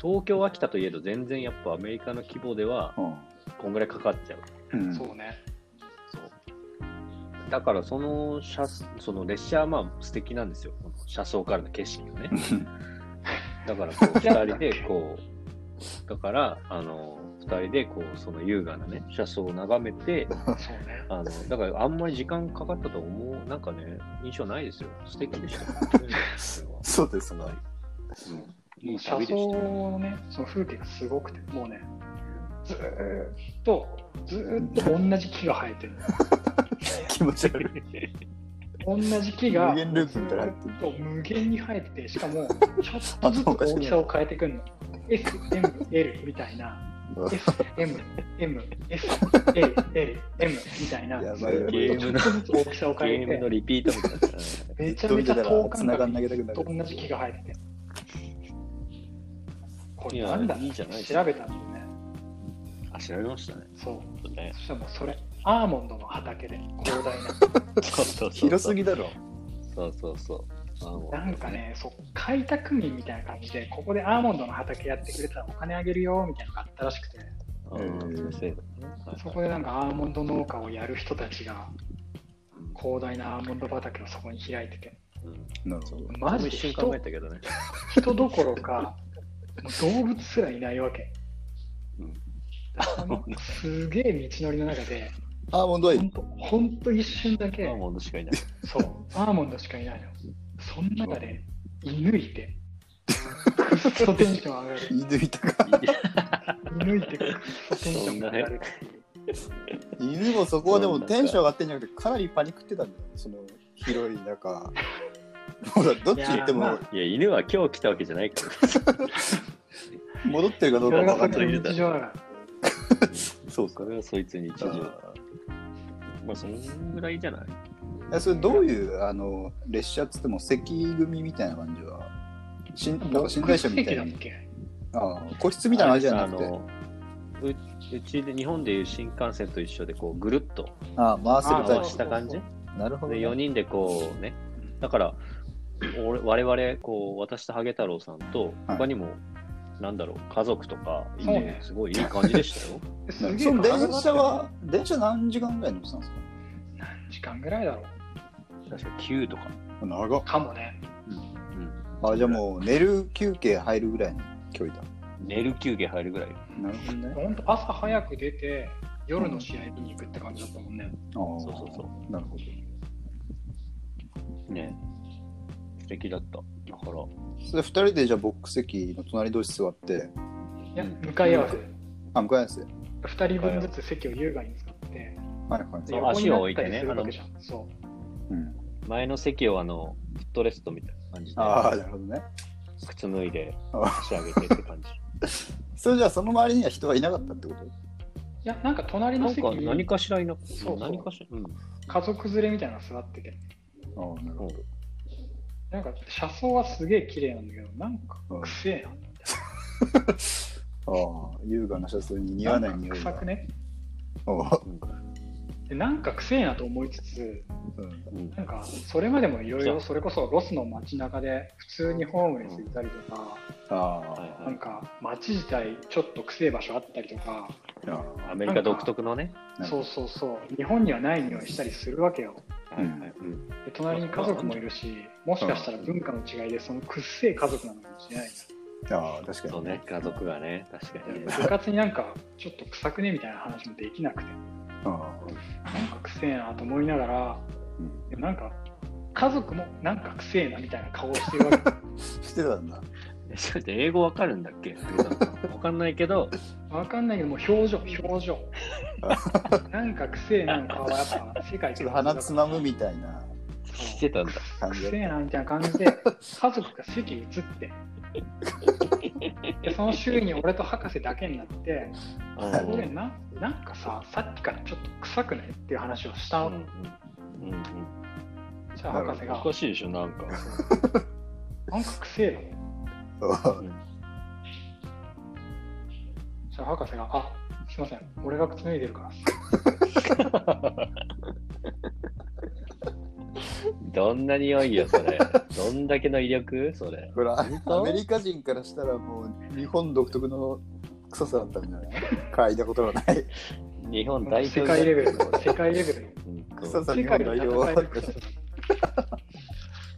Speaker 1: 東京、秋田といえど、全然やっぱアメリカの規模では、こんぐらいかかっちゃう。
Speaker 2: うん。
Speaker 3: 長
Speaker 2: ん
Speaker 3: そうね。
Speaker 1: そうだからその車その列車はまあ素敵なんですよ、この車窓からの景色が ね。だからこう2人でこう、だからあの2人でこうその優雅な、ね、車窓を眺めて、
Speaker 3: そう ね。
Speaker 1: あのだからあんまり時間かかったと思う、なんかね、印象ないですよ、素敵でしたよ、本当にそれは
Speaker 2: そうですか。
Speaker 1: うんいい
Speaker 3: 車
Speaker 1: 旅で
Speaker 3: 窓
Speaker 1: したよ。
Speaker 3: のね、その風景がすごくて、もうね、ずーっと、ずーっと同じ木が生えてる。
Speaker 2: 気持ち悪い。
Speaker 3: 同じ木が
Speaker 2: 無限ループみたいなの入ってる
Speaker 3: ずーっと無限に生えてて、しかも、ちょっとずつ大きさを変えてくんの。S、M、L みたいな。S、M、M、S、A、L、M みたいな、
Speaker 2: や
Speaker 3: ず
Speaker 2: ばいやばい
Speaker 3: ーっとちょっとずつ大きさを
Speaker 1: ゲ
Speaker 3: 変え
Speaker 1: ームの
Speaker 3: て、
Speaker 1: リピートみたいな。
Speaker 3: めちゃめちゃ遠間
Speaker 2: 繋がんな
Speaker 3: 隔
Speaker 2: げたくな
Speaker 3: と
Speaker 2: る。
Speaker 3: 同じ木が生えてて。こ
Speaker 1: い
Speaker 3: れ
Speaker 1: や
Speaker 3: なんだ
Speaker 1: いいじゃないですか
Speaker 3: 調べたんだよね。
Speaker 1: あ、調べましたね。
Speaker 3: そう。
Speaker 1: ちょっとね
Speaker 3: そしたらもうそれ、アーモンドの畑で広大
Speaker 1: そうそうそう
Speaker 2: 広すぎだろ。
Speaker 1: そうそうそう。あの
Speaker 3: な。なんかね、そう開拓民みたいな感じで、ここでアーモンドの畑やってくれたらお金あげるよみたいなのがあったらしくて、
Speaker 1: うんその制度ねはい
Speaker 3: そこでなんかアーモンド農家をやる人たちが、広大なアーモンド畑をそこに開いてて、
Speaker 1: うん
Speaker 2: なるほど。
Speaker 3: マ
Speaker 1: 俺も
Speaker 3: ジ
Speaker 1: 一瞬
Speaker 3: で人
Speaker 1: 考えたけどね。
Speaker 3: 人どころか、もう動物すらいないわけ。
Speaker 1: うん
Speaker 3: その すげえ道のりの中で、
Speaker 2: アーモンドはい
Speaker 3: ほ
Speaker 2: る
Speaker 3: んとほんと一瞬だけ
Speaker 1: アー、モンドしかいない。
Speaker 3: そう、アーモンドしかいないの。その中で、犬い て、くっそテンション上がる。
Speaker 2: 犬いたか。
Speaker 3: 犬いて、くっそテンションが上がる。
Speaker 2: 犬もそこはでもテンション上がってんじゃなくて、かなりパニックってたんだよ。その広い中。ほら、どっち行って
Speaker 3: いや
Speaker 2: も
Speaker 3: ま
Speaker 1: いや、犬は今日来たわけじゃないから。
Speaker 2: 戻ってるかどう
Speaker 3: そ
Speaker 2: か
Speaker 3: れが
Speaker 2: わかん
Speaker 3: 本
Speaker 2: な
Speaker 3: 当
Speaker 2: い。
Speaker 3: に日常だから。
Speaker 2: そうか
Speaker 1: こ。れ はそいつに一
Speaker 2: あ
Speaker 1: 常。まあ、そんぐらいじゃない
Speaker 2: ーえそれどういうあの列車っつっても席組みたいな感じは寝なんか寝台車みたい
Speaker 3: だっ
Speaker 2: な
Speaker 3: け
Speaker 2: あー個室みたいな感じじゃなくて
Speaker 1: あのううちで日本でいう新幹線と一緒でこうぐるっと
Speaker 2: あー回せる
Speaker 1: 回
Speaker 2: タイ
Speaker 1: した感じ
Speaker 3: あ
Speaker 1: で
Speaker 2: プなるほど、ね、
Speaker 1: 4人でこうねだから俺我々こう私とハゲ太郎さんと
Speaker 2: はい
Speaker 1: 他にも、なんだろう家族とかい
Speaker 3: そう
Speaker 1: て
Speaker 3: ね
Speaker 1: すごいいい感じでしたよ。
Speaker 3: す
Speaker 2: な
Speaker 3: げ
Speaker 2: る
Speaker 3: え
Speaker 2: その電
Speaker 3: 何
Speaker 2: 車は電車何時間ぐらい乗ってたんです
Speaker 3: 時間ぐらいだろう。
Speaker 1: 確か9とか。
Speaker 2: か長っ
Speaker 3: かもね。
Speaker 2: あじゃあもう寝る休憩入るぐらいの距離だ
Speaker 1: 寝る休憩入るぐらい。
Speaker 2: なるほどね
Speaker 3: ほんと朝早く出て、夜の試合見に行くって感じだったもんね。
Speaker 2: あー
Speaker 1: そうそうそ
Speaker 2: なるほど
Speaker 1: ね素敵だった。だから、
Speaker 2: それで2人でじゃあボックス席の隣同士座って
Speaker 3: いや、
Speaker 1: うん
Speaker 3: 向かい合わせ。
Speaker 2: あ向かいです
Speaker 3: 2人分ずつ席を優雅に使って、
Speaker 2: はいはい
Speaker 1: そう足を置いてね
Speaker 3: 横になったりするわけじゃんそう。
Speaker 2: うん、
Speaker 1: 前の席をあの、フットレストみたいな感じで、
Speaker 2: ああなるほどね
Speaker 1: 靴脱いで
Speaker 2: あー
Speaker 1: 足上げてって感じ。
Speaker 2: それじゃあその周りには人はいなかったってこと
Speaker 3: いや、なんか隣
Speaker 1: な
Speaker 3: の
Speaker 1: ん
Speaker 3: 席
Speaker 1: か
Speaker 3: に
Speaker 1: 何かしらいなく
Speaker 3: そうそう
Speaker 1: 何かしら。うん。
Speaker 3: 家族連れみたいなの座ってて、
Speaker 2: ああなるほど
Speaker 3: なんか車窓はすげえ綺麗なんだけど、なんか
Speaker 2: うん
Speaker 3: くせえな。
Speaker 2: ああ、優雅な車窓に似合わない
Speaker 3: ん
Speaker 2: 匂
Speaker 3: か
Speaker 2: い
Speaker 3: 臭
Speaker 2: が。
Speaker 3: くね。
Speaker 2: ああ
Speaker 3: でなんかくせえなと思いつつ、
Speaker 2: うん
Speaker 1: うん
Speaker 3: なんかそれまでもいろい
Speaker 1: そ
Speaker 3: ろ
Speaker 1: う
Speaker 3: それこそロスの街中で普通にホームレスいたりとか、
Speaker 1: は
Speaker 2: あ
Speaker 1: い
Speaker 3: な
Speaker 1: は
Speaker 3: んか街自体ちょっとくせえ場所あったりとか、
Speaker 2: あ、あ
Speaker 1: い。アメリカ独特のね。
Speaker 2: あ
Speaker 3: そうそうそう、日本にはない匂いしたりするわけよ。
Speaker 1: は
Speaker 2: う
Speaker 1: い
Speaker 2: ん
Speaker 1: はい。うん
Speaker 3: で隣に家族もいるし、もしかしたら文化の違いでそのくっせえ家族なのかもしれないじ
Speaker 2: ああ、確か
Speaker 1: そう
Speaker 2: に。
Speaker 1: ね、家族がね、確か
Speaker 3: ゃん
Speaker 1: に
Speaker 3: で。部活になんかちょっと臭くねみたいな話もできなくて、
Speaker 2: あ
Speaker 3: なんかくせえなと思いながら、
Speaker 2: うん
Speaker 3: でもなんか家族もなんかくせえなみたいな顔をしてるわけ。
Speaker 2: あ、してたんだ。
Speaker 1: え ちょっと英語わかるんだっけわかんないけど、
Speaker 3: わかんないけど、もう表情、表 情。なんかくせえなのかはやっぱ世界
Speaker 2: ちょっと鼻つまむみたいな
Speaker 1: してたんだ。
Speaker 2: 感
Speaker 3: く
Speaker 2: じだ
Speaker 3: せ
Speaker 2: っ
Speaker 3: えなみたいな感じで、家族が席移って、でその周囲に俺と博士だけになって、
Speaker 2: た。
Speaker 1: うん
Speaker 3: でななんかささっきからちょっと臭くないっていう話をした
Speaker 1: うんうんうん
Speaker 3: じゃあ博士
Speaker 1: うん、お
Speaker 3: が
Speaker 1: かしいでしょ、なんか。
Speaker 3: なんかくせえの
Speaker 2: そう
Speaker 3: じゃあ博士があすいません俺が靴脱いでるから
Speaker 1: どんな匂いよ、そ れ。どんだけの威力それ。
Speaker 2: これア
Speaker 1: 当
Speaker 2: メリカ人からしたらもう日本独特の臭さだったんじゃない嗅いだことのない
Speaker 1: 日本代表
Speaker 3: 世界レベルの世界レベルの
Speaker 1: うんこう
Speaker 2: 臭さ
Speaker 3: 世
Speaker 2: 日
Speaker 3: 界
Speaker 2: 本
Speaker 3: で
Speaker 2: 代
Speaker 3: 戦える
Speaker 2: 表
Speaker 3: 靴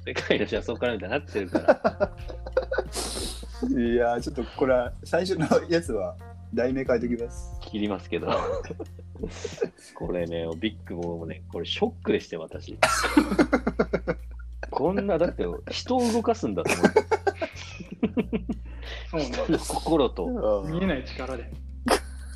Speaker 1: 世界の車窓からみたいになってるから。
Speaker 2: いやーちょっとこれは最初のやつは題名変えておきます
Speaker 1: 切りますけど。これね、ビッグもね、これショックでして、私。こんな、だって人を動かすんだと思って、
Speaker 3: そうね
Speaker 1: 人の心と。
Speaker 3: 見えない力で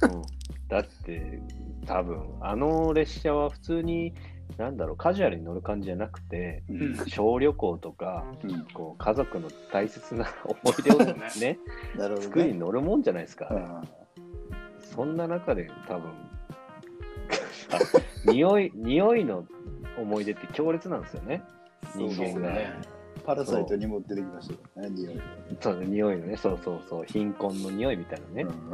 Speaker 1: うんだって多分あの列車は普通になんだろうカジュアルに乗る感じじゃなくて
Speaker 2: う
Speaker 3: うん
Speaker 2: ん
Speaker 1: 小旅行とか
Speaker 2: うん
Speaker 1: こう家族の大切な思い出をね
Speaker 2: なるほど
Speaker 1: 作り
Speaker 2: ね
Speaker 1: に乗るもんじゃないですか、
Speaker 2: うん
Speaker 1: そんな中で多分 匂い匂いの思い出って強烈なんですよね
Speaker 2: そうです
Speaker 1: 人間が
Speaker 2: ねパラサイトにも出てきましたよね匂い
Speaker 1: そう匂いのねそうそうそう貧困の匂いみたいなね、
Speaker 2: うん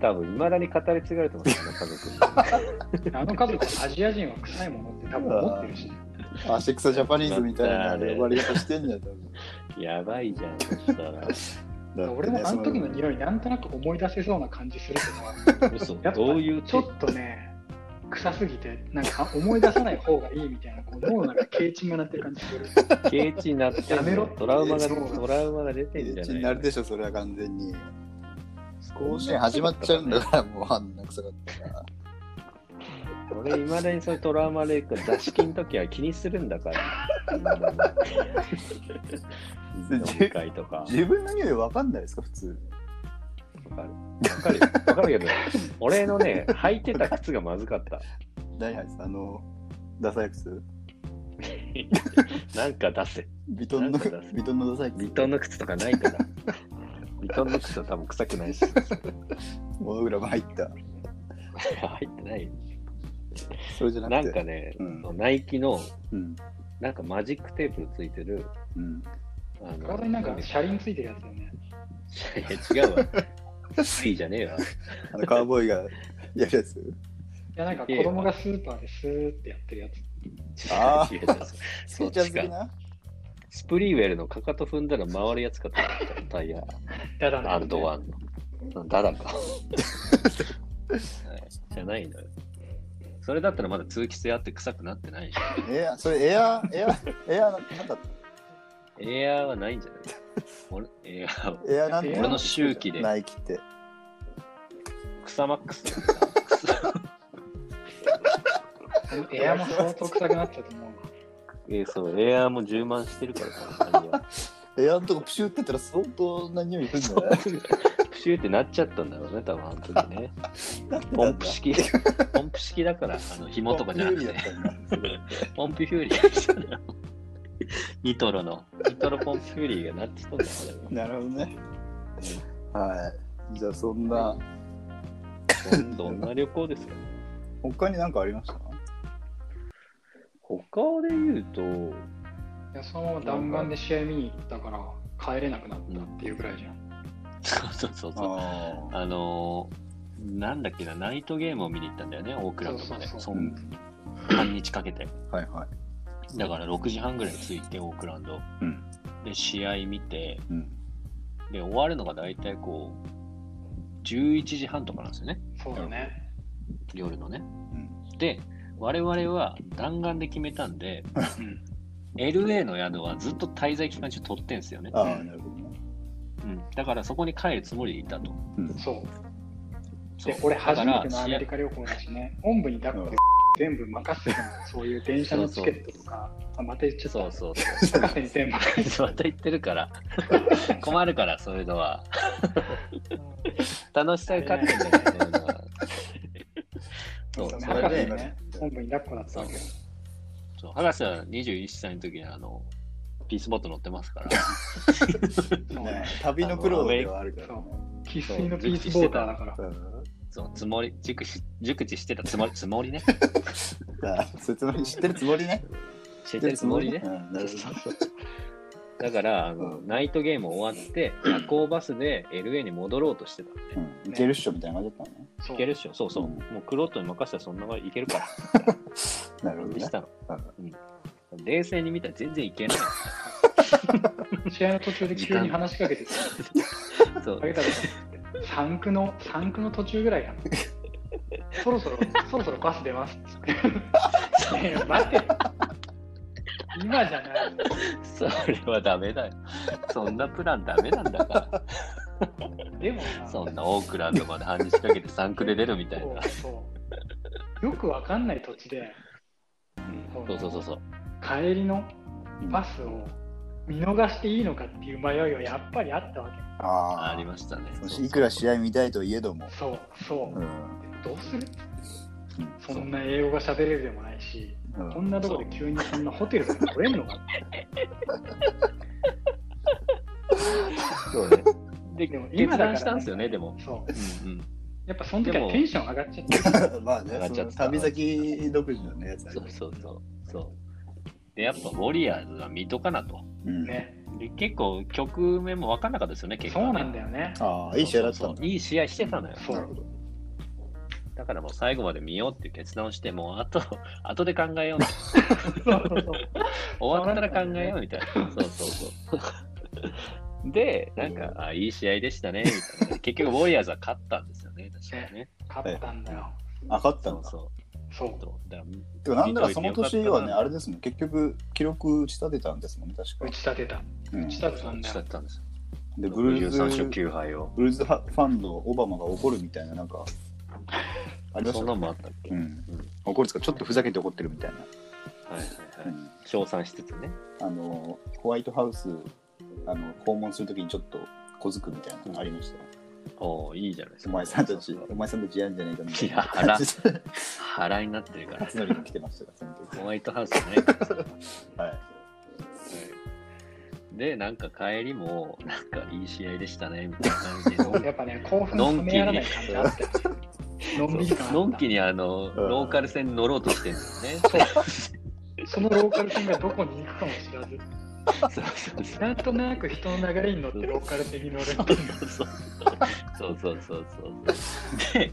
Speaker 1: 多分いまだに語り継がれてますよね家族に。
Speaker 3: あの家族アジア人は臭いものって多分思ってるしね
Speaker 2: アシックスジャパニーズみたいな呼ばれ方してんじゃん多分
Speaker 1: やばいじゃんそしたら
Speaker 2: だ ってね
Speaker 3: 俺もあの時の匂いなんとなく思い出せそうな感じするけ
Speaker 1: 嘘
Speaker 3: どやっぱ
Speaker 1: どういう
Speaker 3: ちょっとね臭すぎてなんか思い出さない方がいいみたいなこう脳の中で軽鎮がなってる感じする
Speaker 1: ケーチになってんの
Speaker 3: やめろ
Speaker 1: トラウマが
Speaker 2: そう
Speaker 1: トラウマが出て
Speaker 2: その
Speaker 1: んじ
Speaker 2: エッ
Speaker 1: ゃ
Speaker 2: チにな
Speaker 1: ない
Speaker 2: るでしょそれは完全に
Speaker 1: こ
Speaker 2: 甲
Speaker 1: う
Speaker 2: 子
Speaker 1: なっち
Speaker 2: 園始
Speaker 1: ゃ
Speaker 2: ま
Speaker 1: っ
Speaker 2: ったち
Speaker 1: から
Speaker 2: ゃう
Speaker 1: ね
Speaker 2: んだからもうあんな臭かったら
Speaker 1: 俺いまだにそういうトラウマで座敷の時は気にするんだから未だに飲み会とか
Speaker 2: 自分の匂いわかんないですか普通
Speaker 1: わかるわかるよわかるけど俺のね履いてた靴がまずかった
Speaker 2: 何入ってたあのダサい靴
Speaker 1: なんか出せ
Speaker 2: ビトン
Speaker 1: な
Speaker 2: の
Speaker 1: んかダサい
Speaker 2: ビトンのダサい靴
Speaker 1: ビトンの靴とかないからビトンの靴は多分臭くないし
Speaker 2: モノグラム入った
Speaker 1: 入ってない
Speaker 2: それじゃな
Speaker 1: な
Speaker 2: くて
Speaker 1: んかね、
Speaker 2: うん
Speaker 1: ナイキの
Speaker 2: うん
Speaker 1: なんかマジックテープついてる
Speaker 2: うん
Speaker 1: あの
Speaker 3: 体になんか車輪ついてるやつだよね
Speaker 1: いや違うわ。いいじゃねえわ。
Speaker 2: あのカウボーイがやるやつ
Speaker 3: いやなんか子供がスーパーでスーってやってるやつ
Speaker 2: あー
Speaker 1: 違う違う
Speaker 2: ス
Speaker 1: そ
Speaker 2: ー
Speaker 1: っ
Speaker 2: ちゃん
Speaker 1: ち
Speaker 2: 好き
Speaker 1: か。
Speaker 2: な
Speaker 1: スプリーウェルのかかと踏んだら回るやつかと思ったタイヤ。
Speaker 3: ダダの
Speaker 1: アンドワンの。ダ ダか。じゃないのよ。それだったらまだ通気性あって臭くなってないし。
Speaker 2: エアそれエアエアエアなんだっ
Speaker 1: エアーはないんじゃない俺エアーは
Speaker 2: たエアなんだ
Speaker 1: 俺の周期で
Speaker 2: ナイキって
Speaker 1: 草マックス。
Speaker 3: エアも相当臭くなっちゃうと思うわ
Speaker 1: えーそう、エアーも充満してるからさタイ ヤ
Speaker 2: エアのとこプシューってやったら相当な匂いするんだね
Speaker 1: プシューってなっちゃったんだろうね、多分あの時ね。ポンプ式、ポンプ式だから、あの紐とかじゃなく て、ポンプフューリーでしたね。ニトロの、ニトロポンプフューリーがなってたんだから、
Speaker 2: なるほどね。はい。じゃあそんな、
Speaker 1: どんな旅行ですか
Speaker 2: 他に何かありました
Speaker 1: 他で言うと、
Speaker 3: いやそのまま弾丸で試合見に行ったから帰れなくなったっていうぐらいじゃん、
Speaker 1: そうそうそう、
Speaker 2: あ
Speaker 1: あのー、なんだっけな、ナイトゲームを見に行ったんだよね、オークランドまで。
Speaker 3: そう
Speaker 1: そ
Speaker 3: そ
Speaker 1: ん半日かけて。
Speaker 2: あ。はいはい。
Speaker 1: だから6時半ぐらいに着いて、オークランド。
Speaker 2: うん
Speaker 1: で、試合見て、
Speaker 2: うん。
Speaker 1: で、終わるのが大体こう、11時半とかなんですよね、
Speaker 3: そうだね
Speaker 1: 夜のね。
Speaker 2: うん
Speaker 1: で、我々は弾丸で決めたんで、
Speaker 3: うん
Speaker 1: LA の宿はずっと滞在期間中取ってんすよね。
Speaker 2: ああ、なるほどね。
Speaker 1: うん、だからそこに帰るつもりでいたと。
Speaker 3: そう
Speaker 1: そう
Speaker 3: で俺初めて
Speaker 1: だ
Speaker 3: のア
Speaker 1: か
Speaker 3: メ
Speaker 1: ら試
Speaker 3: リ
Speaker 1: 合
Speaker 3: カ旅行だしねおんぶに抱っこで全部任せてたのそういう電車のチケットとかあまた言っちゃった
Speaker 1: そうそうそ
Speaker 3: 博士に全部任 せて
Speaker 1: う。また言ってるから、困るから、そういうのは。楽しさが勝ってんだよ、そういうのは。そう
Speaker 3: そう
Speaker 1: そ
Speaker 3: ね
Speaker 1: れ
Speaker 3: 博士
Speaker 1: で
Speaker 3: にねおんぶに抱っこだったわけよ
Speaker 1: そう博士は21歳の時にあのピースボット乗ってますから。
Speaker 3: そう
Speaker 2: ね旅の苦労ではあるからね。
Speaker 3: 生粋のピースボーターだから。
Speaker 2: うん
Speaker 1: そう、つもり、熟知、熟知してたつもり、つもりね。
Speaker 2: あそういうつもり知ってるつもりね。
Speaker 1: 知ってるつもりね
Speaker 2: う。んなるほど
Speaker 1: だから、あの、
Speaker 2: うん
Speaker 1: ナイトゲーム終わって、夜行バスで LA に戻ろうとしてた。
Speaker 2: うんいけるっしょみたいな感じだったのね。
Speaker 3: そ
Speaker 1: いうけるっしょ、そうそう。
Speaker 2: うん
Speaker 1: もうクロットに任せたらそんながいけるから。
Speaker 2: なるほどね
Speaker 1: し。たの。うん冷静に見たら全然い けない。
Speaker 3: 試合の途中で急に話しかけてきて、
Speaker 1: そう
Speaker 3: あ。げたら、3区の、三区の途中ぐらいやん。そろそろ、そろそろパス出ますっつって。 いや待てよ今じゃない。
Speaker 1: それはダメだよ。そんなプランダメなんだから。
Speaker 3: でもな
Speaker 1: そんなオークランドまで半日かけて3区で出るみたいな。
Speaker 3: そうそうよくわかんない土地で
Speaker 1: うんそうそうそうそう。
Speaker 3: 帰りの
Speaker 2: うん
Speaker 3: バスを見逃していいのかっていう迷いはやっぱりあったわけ
Speaker 2: あ
Speaker 1: あ
Speaker 2: あ
Speaker 1: りましたね。
Speaker 2: そしていくら試合見たいといえども。
Speaker 3: そうそうう、
Speaker 2: ん
Speaker 3: どうする
Speaker 2: うん
Speaker 3: そんな英語が喋れるでもないし
Speaker 2: うん
Speaker 3: こんなとこで急にそんなホテルとか取れんのか
Speaker 1: そうね。で、
Speaker 3: でも
Speaker 1: 決
Speaker 3: 今だから
Speaker 1: 断したんですよね、でも。
Speaker 3: そう
Speaker 1: うんうん。
Speaker 3: やっぱその時はテンション上がっ ちゃっ て
Speaker 2: まあね
Speaker 1: 上がっ、ち
Speaker 2: そ
Speaker 1: ゃっ
Speaker 2: の
Speaker 1: た
Speaker 2: 旅先独自のね、やつあ
Speaker 1: そ
Speaker 2: る
Speaker 1: うそうそう。そうで、やっぱウォリアーズは見とかなと。
Speaker 2: うん
Speaker 3: ね
Speaker 1: で結構、局面も分かんなかったですよね、結果、
Speaker 3: そうなんだ
Speaker 1: よ。
Speaker 3: よね
Speaker 2: ああ、いい試合だった
Speaker 1: そう
Speaker 2: んだ
Speaker 1: そう。いい試合してたのよ。
Speaker 3: そう
Speaker 2: なるほど。
Speaker 1: だからもう最後まで見ようっていう決断をして、もうあと、後で考えようね。
Speaker 3: そうそうそう
Speaker 1: 終わったら考えようみたいな。そうそうそう。で、なんか、あ、いい試合でしたね、みたいな。結局、ウォリアーズは勝ったんですよね、確かにね。
Speaker 3: 勝ったんだよ
Speaker 2: あ、勝った
Speaker 1: そ
Speaker 2: ん
Speaker 1: う
Speaker 2: だ。
Speaker 1: そう。
Speaker 3: そう
Speaker 1: そうだから
Speaker 2: てか、なんならその年
Speaker 1: 見とい
Speaker 2: は
Speaker 1: てよかっ
Speaker 2: ね、
Speaker 1: たな
Speaker 2: あれですもん、結局、記録打ち立てたんですもんね、確
Speaker 3: 打
Speaker 2: か
Speaker 3: ち。立てた
Speaker 2: うん
Speaker 3: 打ち立てたんだ
Speaker 1: 勝
Speaker 3: よ
Speaker 1: ったんですよ。
Speaker 2: で、ブルーズ、
Speaker 1: 63勝
Speaker 2: ブ
Speaker 1: 9敗を。
Speaker 2: ルーズファンのオバマが怒るみたいな、なんか、ありまし
Speaker 1: そ
Speaker 2: た
Speaker 1: ん
Speaker 2: ね
Speaker 1: なのもあったっけ、
Speaker 2: う
Speaker 1: はい
Speaker 2: ん。怒るんですか、ちょっとふざけて怒ってるみたいな。
Speaker 1: はいは
Speaker 2: う
Speaker 1: い。
Speaker 2: ん
Speaker 1: 称賛しつつね。
Speaker 2: あの、ホワイトハウス、あの、訪問するときにちょっと、小づくみたいなのありました。
Speaker 1: おおいいじゃないです
Speaker 2: お
Speaker 1: か。
Speaker 2: 前さんたち、お前さんたちやんじゃねえかみたい
Speaker 1: いや
Speaker 2: な
Speaker 1: あ ら
Speaker 2: 感じで。
Speaker 1: 腹になってるから。
Speaker 2: つのりが来てましたから、その
Speaker 1: ホワイトハウスね。
Speaker 2: 時。はい。
Speaker 1: で、なんか帰りも、なんかいい試合でしたね、みたいな感じで。
Speaker 3: やっぱね興奮冷めやらない感じあったよ のんびり感あった
Speaker 1: のんきにあの、
Speaker 2: ん
Speaker 1: ローカル線に乗ろうとしてるんだよね。
Speaker 3: そのローカル線がどこに行くかも知らず
Speaker 1: そうそうそう
Speaker 3: なんとなく人の流れに乗ってローカル線に乗る
Speaker 1: そうそうそうそうそうそうそう
Speaker 3: っていう
Speaker 1: そうそ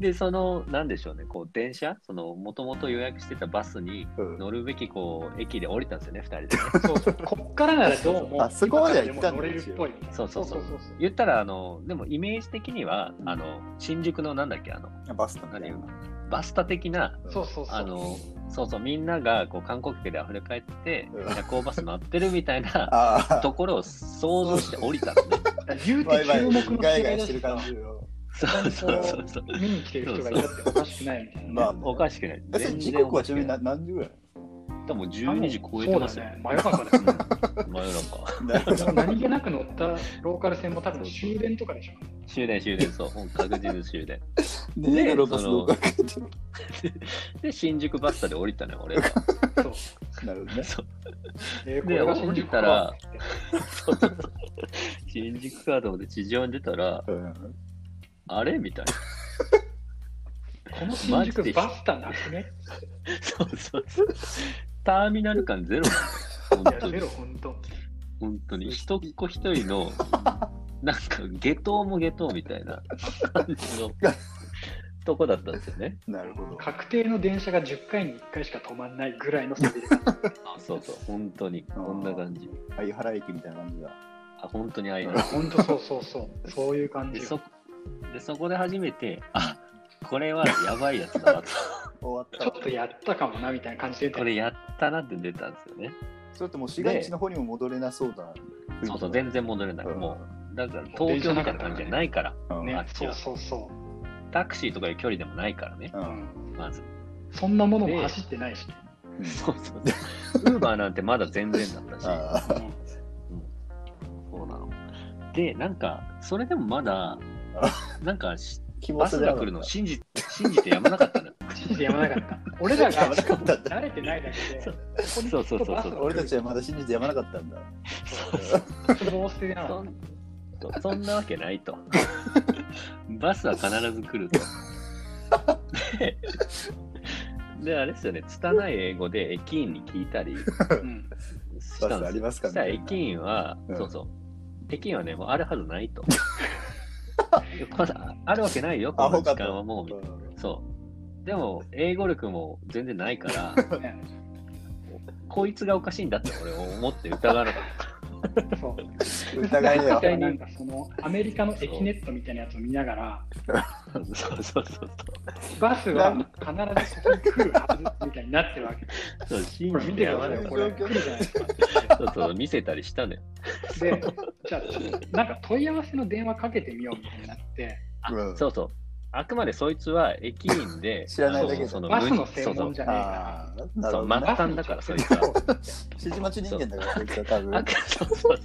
Speaker 1: うででそのなんでしょうねこう電車そのもともと予約してたバスに
Speaker 2: うん
Speaker 1: 乗るべきこう駅で降りたんですよね2人でね
Speaker 3: そうこっからならどうも
Speaker 2: あそこまでは行ったん
Speaker 3: 乗
Speaker 2: だ
Speaker 3: れるっぽい
Speaker 1: そうそうそう
Speaker 3: そう
Speaker 1: 言ったらあのでもイメージ的にはあの新宿のなんだっけあの
Speaker 2: バスタみたい
Speaker 1: 何
Speaker 2: な。
Speaker 1: バスタ的な
Speaker 3: そうそうそう
Speaker 1: あのそうそうみんながこう観光客であふれ返って
Speaker 2: うん
Speaker 1: 夜行バス待ってるみたいな
Speaker 2: ああ、
Speaker 1: ところを想像して降りたのね
Speaker 3: 言う
Speaker 2: バ
Speaker 3: て
Speaker 2: イバイ
Speaker 3: 注目の試合
Speaker 2: ガイガイし
Speaker 3: だ
Speaker 2: て
Speaker 3: し
Speaker 2: る
Speaker 3: さ
Speaker 2: 感じよ。
Speaker 1: そうそうそうそう
Speaker 3: 見に来てる人がいたっておかしくないみたいな、
Speaker 2: まあね、
Speaker 1: おかしくない
Speaker 2: えそれ
Speaker 1: 全
Speaker 2: 時
Speaker 1: 然お
Speaker 2: 刻は
Speaker 1: か
Speaker 2: ち
Speaker 1: し
Speaker 2: な
Speaker 1: く
Speaker 2: みに
Speaker 1: ない
Speaker 2: な何時ぐらい
Speaker 1: 多分12時超えてますよ
Speaker 3: そうだね真夜中だよ
Speaker 1: うん真夜中
Speaker 2: なるほど。
Speaker 3: 何気なく乗ったローカル線も多分終電とかでしょ
Speaker 1: 終電終電そう もう確実終電
Speaker 2: ね
Speaker 1: で
Speaker 2: え、ロボスのおかげで。
Speaker 1: で新宿バスタで降りたのよ 俺が
Speaker 3: そう
Speaker 2: なるほどね。
Speaker 1: そう
Speaker 3: えーこ
Speaker 1: で
Speaker 3: れが
Speaker 1: 降
Speaker 3: 新
Speaker 1: りた
Speaker 3: 宿から
Speaker 1: そうそうそう新宿カードで地上に出たら
Speaker 2: うん
Speaker 1: あれみたいな
Speaker 3: この新宿バスタなくね
Speaker 1: そうそうそうターミナル感ゼロ
Speaker 3: い
Speaker 1: なんだよ本当
Speaker 3: やゼ
Speaker 1: に
Speaker 3: ロ本当
Speaker 1: 本当に一っ子一人のなんか下等も下等みたいな感じ のとこだったんですよね
Speaker 2: なるほど。
Speaker 3: 確定の電車が10回に1回しか止まんないぐらいの寂れ方
Speaker 1: あそうそう本当にこんな感じ
Speaker 2: 相原駅みたいな感じだ。
Speaker 1: あ本当にああいうの
Speaker 3: 本当そうそうそうそういう感じ
Speaker 1: で
Speaker 3: よ
Speaker 1: そでそこで初めて、あこれはやばいやつだなと、
Speaker 2: 終わ
Speaker 3: ちょ
Speaker 2: っ
Speaker 3: っとやったかもなみたいな感じで
Speaker 1: これやったなって出たんですよね。
Speaker 2: た。ちょっともう市街地の方にも戻れなそうだ。
Speaker 1: そうそう、全然戻れない。
Speaker 2: うん
Speaker 1: もう、だから東京みたいな感じじゃないから、
Speaker 2: うん。
Speaker 1: あ
Speaker 3: ね
Speaker 1: っち
Speaker 3: そ
Speaker 1: は
Speaker 3: うそうそう、
Speaker 1: タクシーとかいう距離でもないからね、
Speaker 2: う
Speaker 3: うんん、
Speaker 1: まず。
Speaker 3: そんなものも
Speaker 1: で
Speaker 3: 走ってないし、
Speaker 2: うん
Speaker 1: そうそうそう。ウーバーなんてまだ全然だったし、
Speaker 2: あ
Speaker 3: うん
Speaker 1: そうなの。で、なんか、それでもまだ、なんかし、
Speaker 2: ー気
Speaker 1: バ
Speaker 2: 持ち
Speaker 1: ス
Speaker 2: で
Speaker 1: が来るのを信じ信じてやまなかったのよ。
Speaker 3: 信じてやまなかった。俺らが
Speaker 2: かったんだ
Speaker 3: 慣れてないだけで、ここに
Speaker 1: そうそうそうそう
Speaker 3: バスが来る
Speaker 2: 俺たちはまだ信じてやまなかったんだ。
Speaker 3: 希望を捨ててなか
Speaker 1: そ
Speaker 3: っ
Speaker 1: んそそんなわけない と。バスは必ず来ると。でで、あれですよね、拙い英語で駅員に聞いたり
Speaker 3: た。うん。
Speaker 1: したんです
Speaker 2: バスありますかね
Speaker 1: したら駅員は、
Speaker 2: うん
Speaker 1: そうそう。駅員はね、もうあるはずない と。いやこんなあるわけないよ、こ
Speaker 2: ア
Speaker 1: の
Speaker 2: ホ
Speaker 1: 時
Speaker 2: か
Speaker 1: 間は
Speaker 2: と。
Speaker 1: もうみたいな。
Speaker 2: う
Speaker 1: そう。でも、英語力も全然ない から、
Speaker 3: ね
Speaker 1: こいつがおかしいんだって俺思って疑わなかっ
Speaker 3: そ
Speaker 2: ん
Speaker 3: う。
Speaker 2: 疑え よ。
Speaker 1: 対に
Speaker 3: なんかそのアメリカのエキネットみたいなやつを見ながら、
Speaker 1: た。そうそうそう
Speaker 3: バスは必ずここに来るはずみたいになってるわけ。
Speaker 1: そう。そう、信
Speaker 3: これ見
Speaker 1: じ
Speaker 3: て
Speaker 1: て
Speaker 3: く
Speaker 1: や
Speaker 3: だ
Speaker 1: まな
Speaker 3: さ
Speaker 1: いい
Speaker 3: よ、これ。来るじゃないですか。
Speaker 1: そうそう、見せたりしたのよ。
Speaker 3: で、じゃあ、なんか問い合わせの電話かけてみようみたいになって、
Speaker 2: うん
Speaker 1: そうそう。あくまでそいつは駅員で、
Speaker 2: 知らないだけで
Speaker 1: そうそう
Speaker 3: バスの
Speaker 1: そ
Speaker 3: 専
Speaker 1: うそ
Speaker 3: 門
Speaker 1: う
Speaker 3: じゃねえか
Speaker 2: ああ、なる
Speaker 1: そ
Speaker 2: ほ
Speaker 1: う
Speaker 2: ど
Speaker 1: 末
Speaker 2: ね。
Speaker 1: 端だから、そいつは。
Speaker 2: 指示待ち人間だから、そいつは多
Speaker 1: あ
Speaker 2: 分
Speaker 1: く。そうそうそう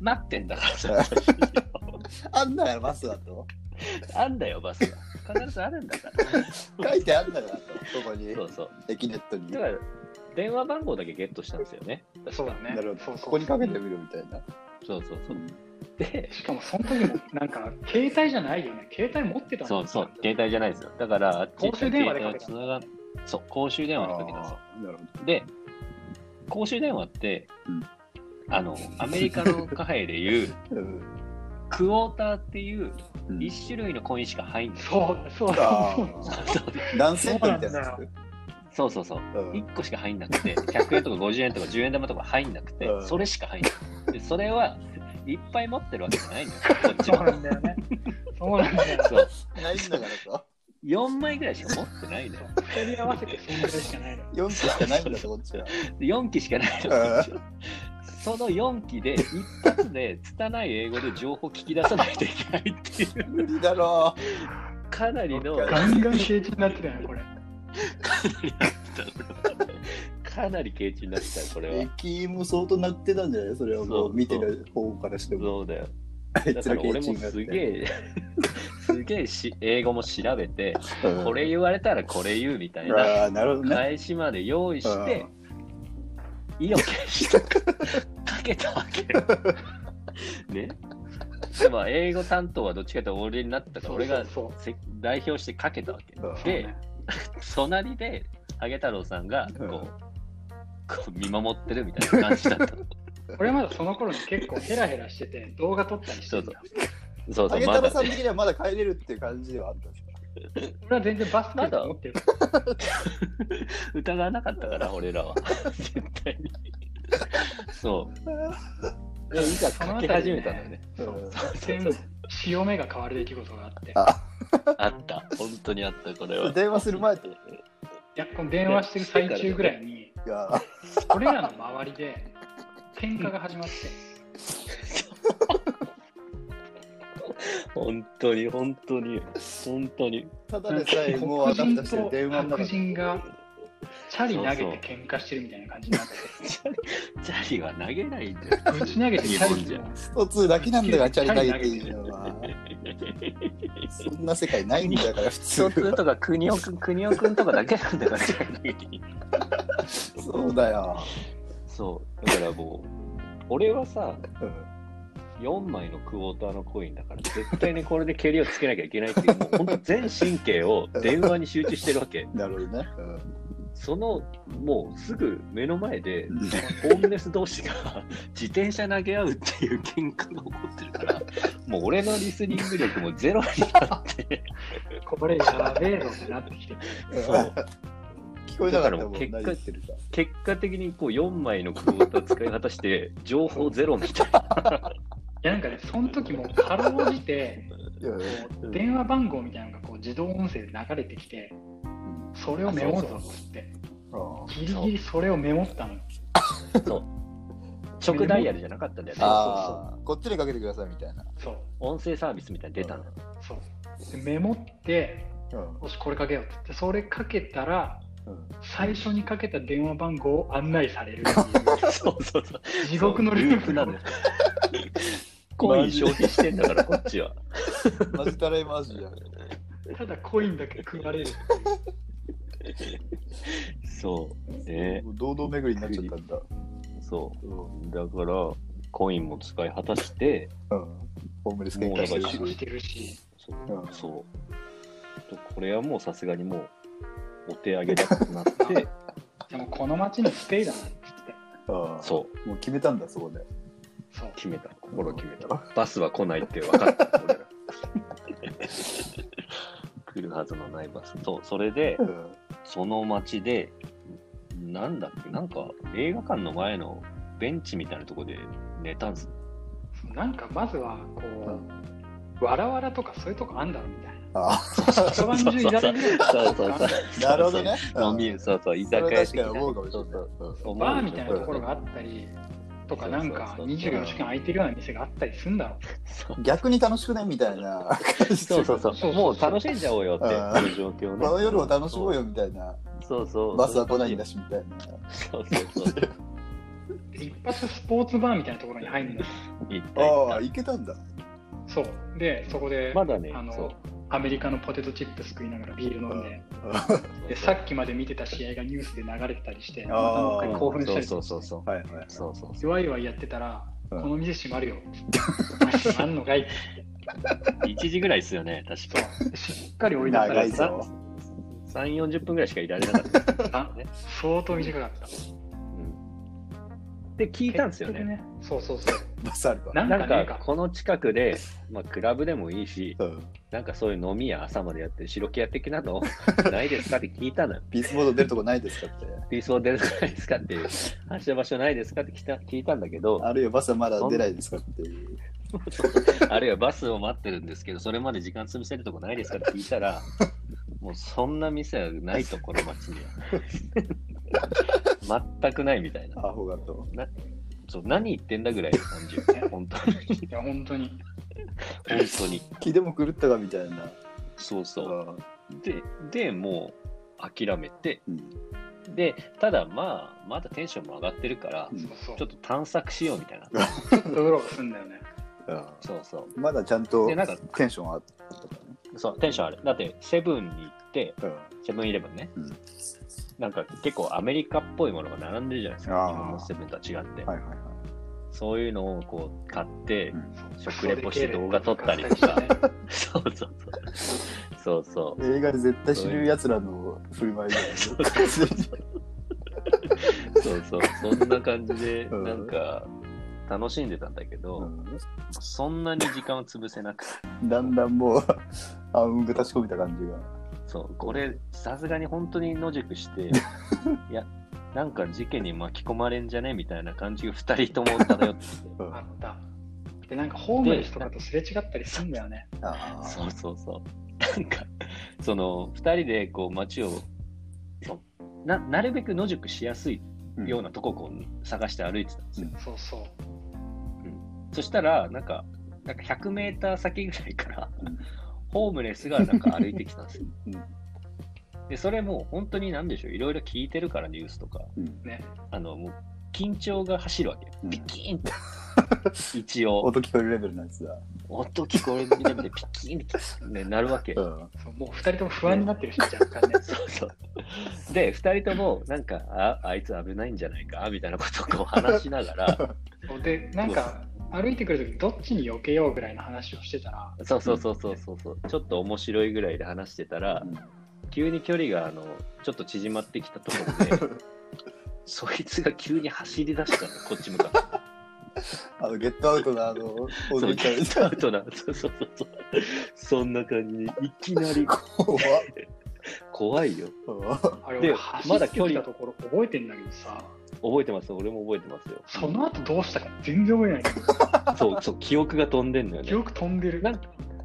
Speaker 1: 待ってんだからさ、
Speaker 2: あんだよ、バスだと。
Speaker 1: あんだよ、バスが。必ずあるん だから。
Speaker 2: 書いてあんだからと、そこに
Speaker 1: そ、うそう。
Speaker 2: 駅ネットに
Speaker 1: だ。から、電話番号だけゲットしたんですよね。
Speaker 3: ら。そうだね。
Speaker 2: なる
Speaker 3: そ
Speaker 2: ほ
Speaker 3: う
Speaker 2: ど。
Speaker 3: そう
Speaker 2: ここにかけてみるみたいな。
Speaker 1: そうそうそう。で、
Speaker 3: しかもその時もなんか携帯じゃないよね携帯持ってた
Speaker 1: そうそう、携帯じゃないですよ。だから、あっち行ったら
Speaker 3: 公衆電話でかけた
Speaker 1: 携帯が繋がそう、公衆電話でかけたんですよ。
Speaker 2: あーなるほど。
Speaker 1: で、公衆電話って、
Speaker 2: うん
Speaker 1: あの、アメリカの貨幣でいう、
Speaker 2: うん
Speaker 1: クォーターっていう
Speaker 2: うん
Speaker 1: 一種類のコインしか入んない。
Speaker 3: そうそう
Speaker 2: あ
Speaker 3: そう
Speaker 2: ー
Speaker 1: そう
Speaker 2: ダンスセットみたいなや
Speaker 1: そうそうそう。
Speaker 2: つ。うん
Speaker 1: 1個しか入んなくて、100円とか50円とか10円玉とか入んなくて
Speaker 2: う、ん
Speaker 1: それしか入んない。で、それはいっぱい持ってるわけじゃないんだよ、こっち
Speaker 3: そう
Speaker 1: は。
Speaker 3: なんだよねそうなんだよ
Speaker 1: そう。
Speaker 2: ないんだからと。
Speaker 1: 4枚ぐらいしか持ってないのよ。
Speaker 3: それに合わせてそんぐらいしかないの
Speaker 2: 4機しかないんだと、こっちは。
Speaker 1: で4期しかないのよ、こっちはその4期で、一発で、拙い英語で情報聞き出さないといけないって いう、
Speaker 2: 無理だろ
Speaker 1: かなりの、
Speaker 3: ガンガン平地になってたよねこれ
Speaker 1: かなり軽地になってたよ、こ
Speaker 2: う。
Speaker 1: れは。
Speaker 2: 駅員も相当なってたんじゃないそれはも
Speaker 1: そう
Speaker 2: う見てる方からしても。
Speaker 1: そうだよ。
Speaker 2: あい
Speaker 1: だ
Speaker 2: つ
Speaker 1: からら俺も
Speaker 2: があっ
Speaker 1: すげ
Speaker 2: て。
Speaker 1: え、すげえし英語も調べて、
Speaker 2: うん
Speaker 1: これ言われたらこれ言うみたいな、
Speaker 2: ああ、なるほどね。
Speaker 1: 返しまで用意し
Speaker 2: う
Speaker 1: て
Speaker 2: ん、
Speaker 1: 意を決してかけたわけよ。ね。でまあ、英語担当はどっちかというと俺になったから、俺が
Speaker 3: そう
Speaker 1: せ代表してかけたわけ。
Speaker 2: うん
Speaker 3: そう
Speaker 1: で、隣で、あげ太郎さんがこう、
Speaker 2: うん
Speaker 1: こう見守ってるみたいな感じだった。
Speaker 3: 俺まだその頃に結構ヘラヘラしてて動画撮ったりしてた
Speaker 1: そうそ
Speaker 2: あ
Speaker 1: う、
Speaker 2: げ
Speaker 1: ま
Speaker 2: た
Speaker 1: だ
Speaker 2: らさん的にはまだ帰れるっていう感じではあったんですか
Speaker 3: 俺は全然バスケット持ってる
Speaker 1: 疑わなかったから、俺らは。絶対に。そう。でもいざかけ始めたんだよね。
Speaker 2: うん
Speaker 3: 一見潮目が変わる出来事があって
Speaker 2: あ
Speaker 1: あった。本当にあった、これは。
Speaker 2: 電話する前って
Speaker 3: いやこの電話してる最中ぐらいに
Speaker 2: が
Speaker 3: 俺らの周りで喧嘩が始まって
Speaker 1: 本当に、本当に、本当に。
Speaker 2: ただでさえもうあたふたしてる電話の中
Speaker 3: 黒人
Speaker 2: で
Speaker 3: がチャリ投げて喧嘩してるみたいな感じになって
Speaker 1: チャリチャリは投げないんだよ。
Speaker 3: ぶち投げてチャリじゃん。
Speaker 2: スト2だけなんだからチャリ投げていいのはそんな世界ないんだから普
Speaker 1: 共通
Speaker 2: 通
Speaker 1: とか国尾くん、国尾くんとかだけなんだから、チャリ投げていい。
Speaker 2: そうだよ、
Speaker 1: そう。だからもう、俺はさ、
Speaker 2: うん
Speaker 1: 4枚のクォーターのコインだから、絶対にこれで蹴りをつけなきゃいけないって いう、もう本当全神経を電話に集中してるわけ。
Speaker 2: なるほどね、
Speaker 1: その、もうすぐ目の前で
Speaker 2: う、ん
Speaker 1: ホームレス同士が自転車投げ合うっていう喧嘩が起こってるから、もう俺のリスニング力もゼロになって、
Speaker 3: これやべえぞってなってきてる。
Speaker 1: そう
Speaker 2: 聞こえなか
Speaker 1: だか
Speaker 2: ったもん
Speaker 1: らもう結果
Speaker 2: 何言ってるか
Speaker 1: 結果的にこう4枚のクォーター使い果たして、情報ゼロみたい な。
Speaker 3: いやなんかね、その時もうかろうじて、
Speaker 2: うん
Speaker 3: こう電話番号みたいなのがこう自動音声で流れてきて、それをメモるぞっつって、
Speaker 2: あ
Speaker 3: ギリギリそれをメモったのよ。
Speaker 1: 直ダイヤルじゃなかったんだよね。
Speaker 2: あこっちにかけてくださいみたいな、
Speaker 3: そう、
Speaker 1: 音声サービスみたいに出たの。
Speaker 3: そう。でメモって、
Speaker 2: うん
Speaker 3: よし、これかけようってって、それかけたら、
Speaker 2: うん
Speaker 3: 最初にかけた電話番号を案内されるってい
Speaker 1: そうそうそう。
Speaker 3: う地獄のループ
Speaker 1: な
Speaker 3: なんの
Speaker 1: だよ。コイン消費してんだから、こっちは。
Speaker 2: マジたらいマジじゃん
Speaker 3: ただコインだけ食われる。
Speaker 1: そう。ね。
Speaker 2: 堂々巡りになっちゃったんだ。
Speaker 1: そう。だから、コインも使い果たして、
Speaker 2: うん。ホームレス喧嘩してる
Speaker 1: もう
Speaker 3: し
Speaker 2: し。
Speaker 3: てるし、
Speaker 1: そう。
Speaker 2: うん
Speaker 1: そうちょっとこれはもうさすがにもう、お手上げだとな って、
Speaker 3: でもこの街にスペイだなって言って、
Speaker 2: ああ
Speaker 1: そう。
Speaker 2: もう決めたんだ、そこで。
Speaker 3: そう。
Speaker 1: 決めた。心決めた。バスは来ないって分かった。俺ら 来るはずのないバス。そう。それで、
Speaker 2: うん。
Speaker 1: その街で、なんだっけ、なんか映画館の前のベンチみたいなとこで寝たんです。
Speaker 3: なんかまずはこ
Speaker 2: う
Speaker 3: う、わらわらとかそういうとこあんだろみたいな。
Speaker 2: ああ、
Speaker 3: 一晩中いられるよ
Speaker 1: そうそうそう。
Speaker 2: なるほどね。
Speaker 1: 飲み、そうそう、居
Speaker 2: それ
Speaker 1: 酒
Speaker 2: は
Speaker 1: 屋
Speaker 2: 確
Speaker 1: 的
Speaker 2: かに
Speaker 1: な。
Speaker 2: 思うかもしれない。
Speaker 1: そう
Speaker 2: うん
Speaker 1: そう
Speaker 3: バーみたいなところがあ
Speaker 1: て。
Speaker 3: ったりとか、
Speaker 1: そうそう
Speaker 3: な
Speaker 1: そ
Speaker 3: ん
Speaker 1: う
Speaker 3: か24時間空いてるような店があったりすんだろう。
Speaker 1: そう
Speaker 2: 逆に楽しくねみたいな感じ
Speaker 1: そうそうそ
Speaker 3: そ
Speaker 1: う
Speaker 3: そう
Speaker 1: う。もう楽しんじゃおうよって、
Speaker 2: うん
Speaker 1: この状況ね。
Speaker 2: この夜を楽しもうよみたいな
Speaker 1: そうそう。
Speaker 2: バスは来ないんだしみたいな
Speaker 1: そうそうそう。
Speaker 3: 一発スポーツバーみたいなところに入るんだよ。
Speaker 1: 行った行
Speaker 2: ああ
Speaker 1: っ
Speaker 2: 行けたんだ
Speaker 3: そう。で、そこで
Speaker 1: た。、まだね
Speaker 3: あ、の
Speaker 1: そう。
Speaker 3: アメリカのポテトチップス食いながらビール飲んで、で
Speaker 1: そう
Speaker 3: さっきまで見てた試合がニュースで流れてたりして、
Speaker 2: あー
Speaker 3: またもう一回興奮したり
Speaker 1: そう
Speaker 3: し
Speaker 1: そうそうそう。
Speaker 2: はいはい
Speaker 1: そうそう
Speaker 3: て、ワイワイやってたら、
Speaker 2: うん
Speaker 3: この店閉ま るよ。閉まんのかいって
Speaker 1: 1時ぐらいですよね、確か。
Speaker 3: そうしっかり降りなさ
Speaker 2: 長
Speaker 3: れ
Speaker 2: い
Speaker 3: て
Speaker 2: ぞ
Speaker 3: た。
Speaker 1: 3、40分ぐらいしかいられなかったです
Speaker 3: あ
Speaker 1: ね。
Speaker 3: 相当短かった。
Speaker 1: で、聞いたんですよね。
Speaker 3: 結局。そうそうそう。
Speaker 2: バスあるか
Speaker 3: なんか
Speaker 1: な
Speaker 3: ね
Speaker 1: ん
Speaker 3: え
Speaker 1: か
Speaker 3: か、
Speaker 1: この近くで、まあ、クラブでもいいし、
Speaker 2: うん
Speaker 1: なんかそういう飲み屋朝までやってる白木屋的なの ないですかって聞いたのよ。
Speaker 2: ピースボード出るとこないですかって
Speaker 1: ピースホー出るくないですかっていう、走る場所ないですかって聞いた聞いたんだけど、
Speaker 2: あるいはバスはまだ出ないですかっていう
Speaker 1: あるいはバスを待ってるんですけど、それまで時間潰せるとこないですかって聞いたら、もうそんな店はないと、この街には。全くないみたいな。
Speaker 2: アホがと
Speaker 1: そう何言ってんだぐらいの感じよね、本当に。
Speaker 3: いや、本当に。
Speaker 1: 本当に。
Speaker 2: 気でも狂ったかみたいな
Speaker 1: そうそう。
Speaker 2: あ
Speaker 1: で、でもう諦めて、
Speaker 2: うん
Speaker 1: で、ただまあ、まだテンションも上がってるから、
Speaker 2: うん
Speaker 3: そうそう。
Speaker 1: ちょっと探索しようみたいな。
Speaker 3: ちょっとうろうろすんだよね。
Speaker 2: あ
Speaker 1: そうそう。
Speaker 2: まだちゃんと
Speaker 1: でなんか
Speaker 2: テンションあったとかね
Speaker 1: そう、テンションある。だって、セブンに行って、
Speaker 2: うん
Speaker 1: セブンイレブンね、
Speaker 2: うん
Speaker 1: なんか結構アメリカっぽいものが並んでるじゃないですか、
Speaker 2: あー
Speaker 1: 日本のセブンとは違って。
Speaker 2: はいはいはい
Speaker 1: そういうのをこう買って、
Speaker 2: うん
Speaker 1: 食レポして動画撮ったりとか。そうそうそう。そうそう。
Speaker 2: 映画で絶対知るやつらの振る舞い だよね
Speaker 1: そうそう。そんな感じで、
Speaker 2: うん
Speaker 1: なんか、楽しんでたんだけど、そんなに時間を潰せなくて、
Speaker 2: うんだんだんもうあうんが立ち込みた感じが
Speaker 1: そう、これ、さすがに本当に野宿して、いや、なんか事件に巻き込まれんじゃねみたいな感じが2人とも漂ってて。
Speaker 2: うん
Speaker 3: あった。で、なんかホームレスとかとすれ違ったりすんだよね。
Speaker 2: ああ
Speaker 1: そうそうそう。なんか、その、2人でこう街をそうな、なるべく野宿しやすいようなとこをこう探して歩いてたんですよ。
Speaker 3: そうそう。
Speaker 1: そしたら、なんか、なんか100メーター先ぐらいから
Speaker 2: うん、
Speaker 1: ホームレスがなんか歩いてきたんですよ
Speaker 2: うん。
Speaker 1: で、それもう本当になんでしょう、いろいろ聞いてるから、ニュースとか、
Speaker 2: うん
Speaker 3: ね。
Speaker 1: あの、もう、緊張が走るわけよ。
Speaker 2: うん
Speaker 1: ピキーンって。 一応、
Speaker 2: 音聞こえるレベルのやつだ
Speaker 1: 音聞こえるみたいで、ピキーンって、ね、なるわけ。
Speaker 2: うん
Speaker 3: そうもう二人とも不安になってるし、若干ね。
Speaker 1: そうそう。で、2人とも、なんか、ああいつ危ないんじゃないかみたいなことをこう話しなが ら、
Speaker 3: そうで、なんか歩いてくるとき、どっちに避けようぐらいの話をしてたら、
Speaker 1: そうそうそうそうそうそう、ちょっと面白いぐらいで話してたら、急に距離があのちょっと縮まってきたところで、そいつが急に走り出したの、こっち向かって。
Speaker 2: あのゲットアウトのあのオー
Speaker 1: そ
Speaker 2: ド
Speaker 1: う
Speaker 2: リー
Speaker 1: ゲットアウトな、そうそうそうそう、そんな感じに、いきな り
Speaker 2: 怖っ
Speaker 1: 怖いよ。
Speaker 2: うん
Speaker 3: あれ、
Speaker 1: で
Speaker 3: 俺走
Speaker 1: ま
Speaker 3: っ
Speaker 1: だ
Speaker 3: て
Speaker 1: 距
Speaker 3: き
Speaker 1: 離
Speaker 3: たところ覚えてんだけどさ、
Speaker 1: 覚えてます、俺も覚えてますよ。
Speaker 3: その後どうしたか全然覚えないけど、
Speaker 1: そうそう、記憶が飛んでんのよね
Speaker 3: 記。憶飛んでる。
Speaker 1: なんか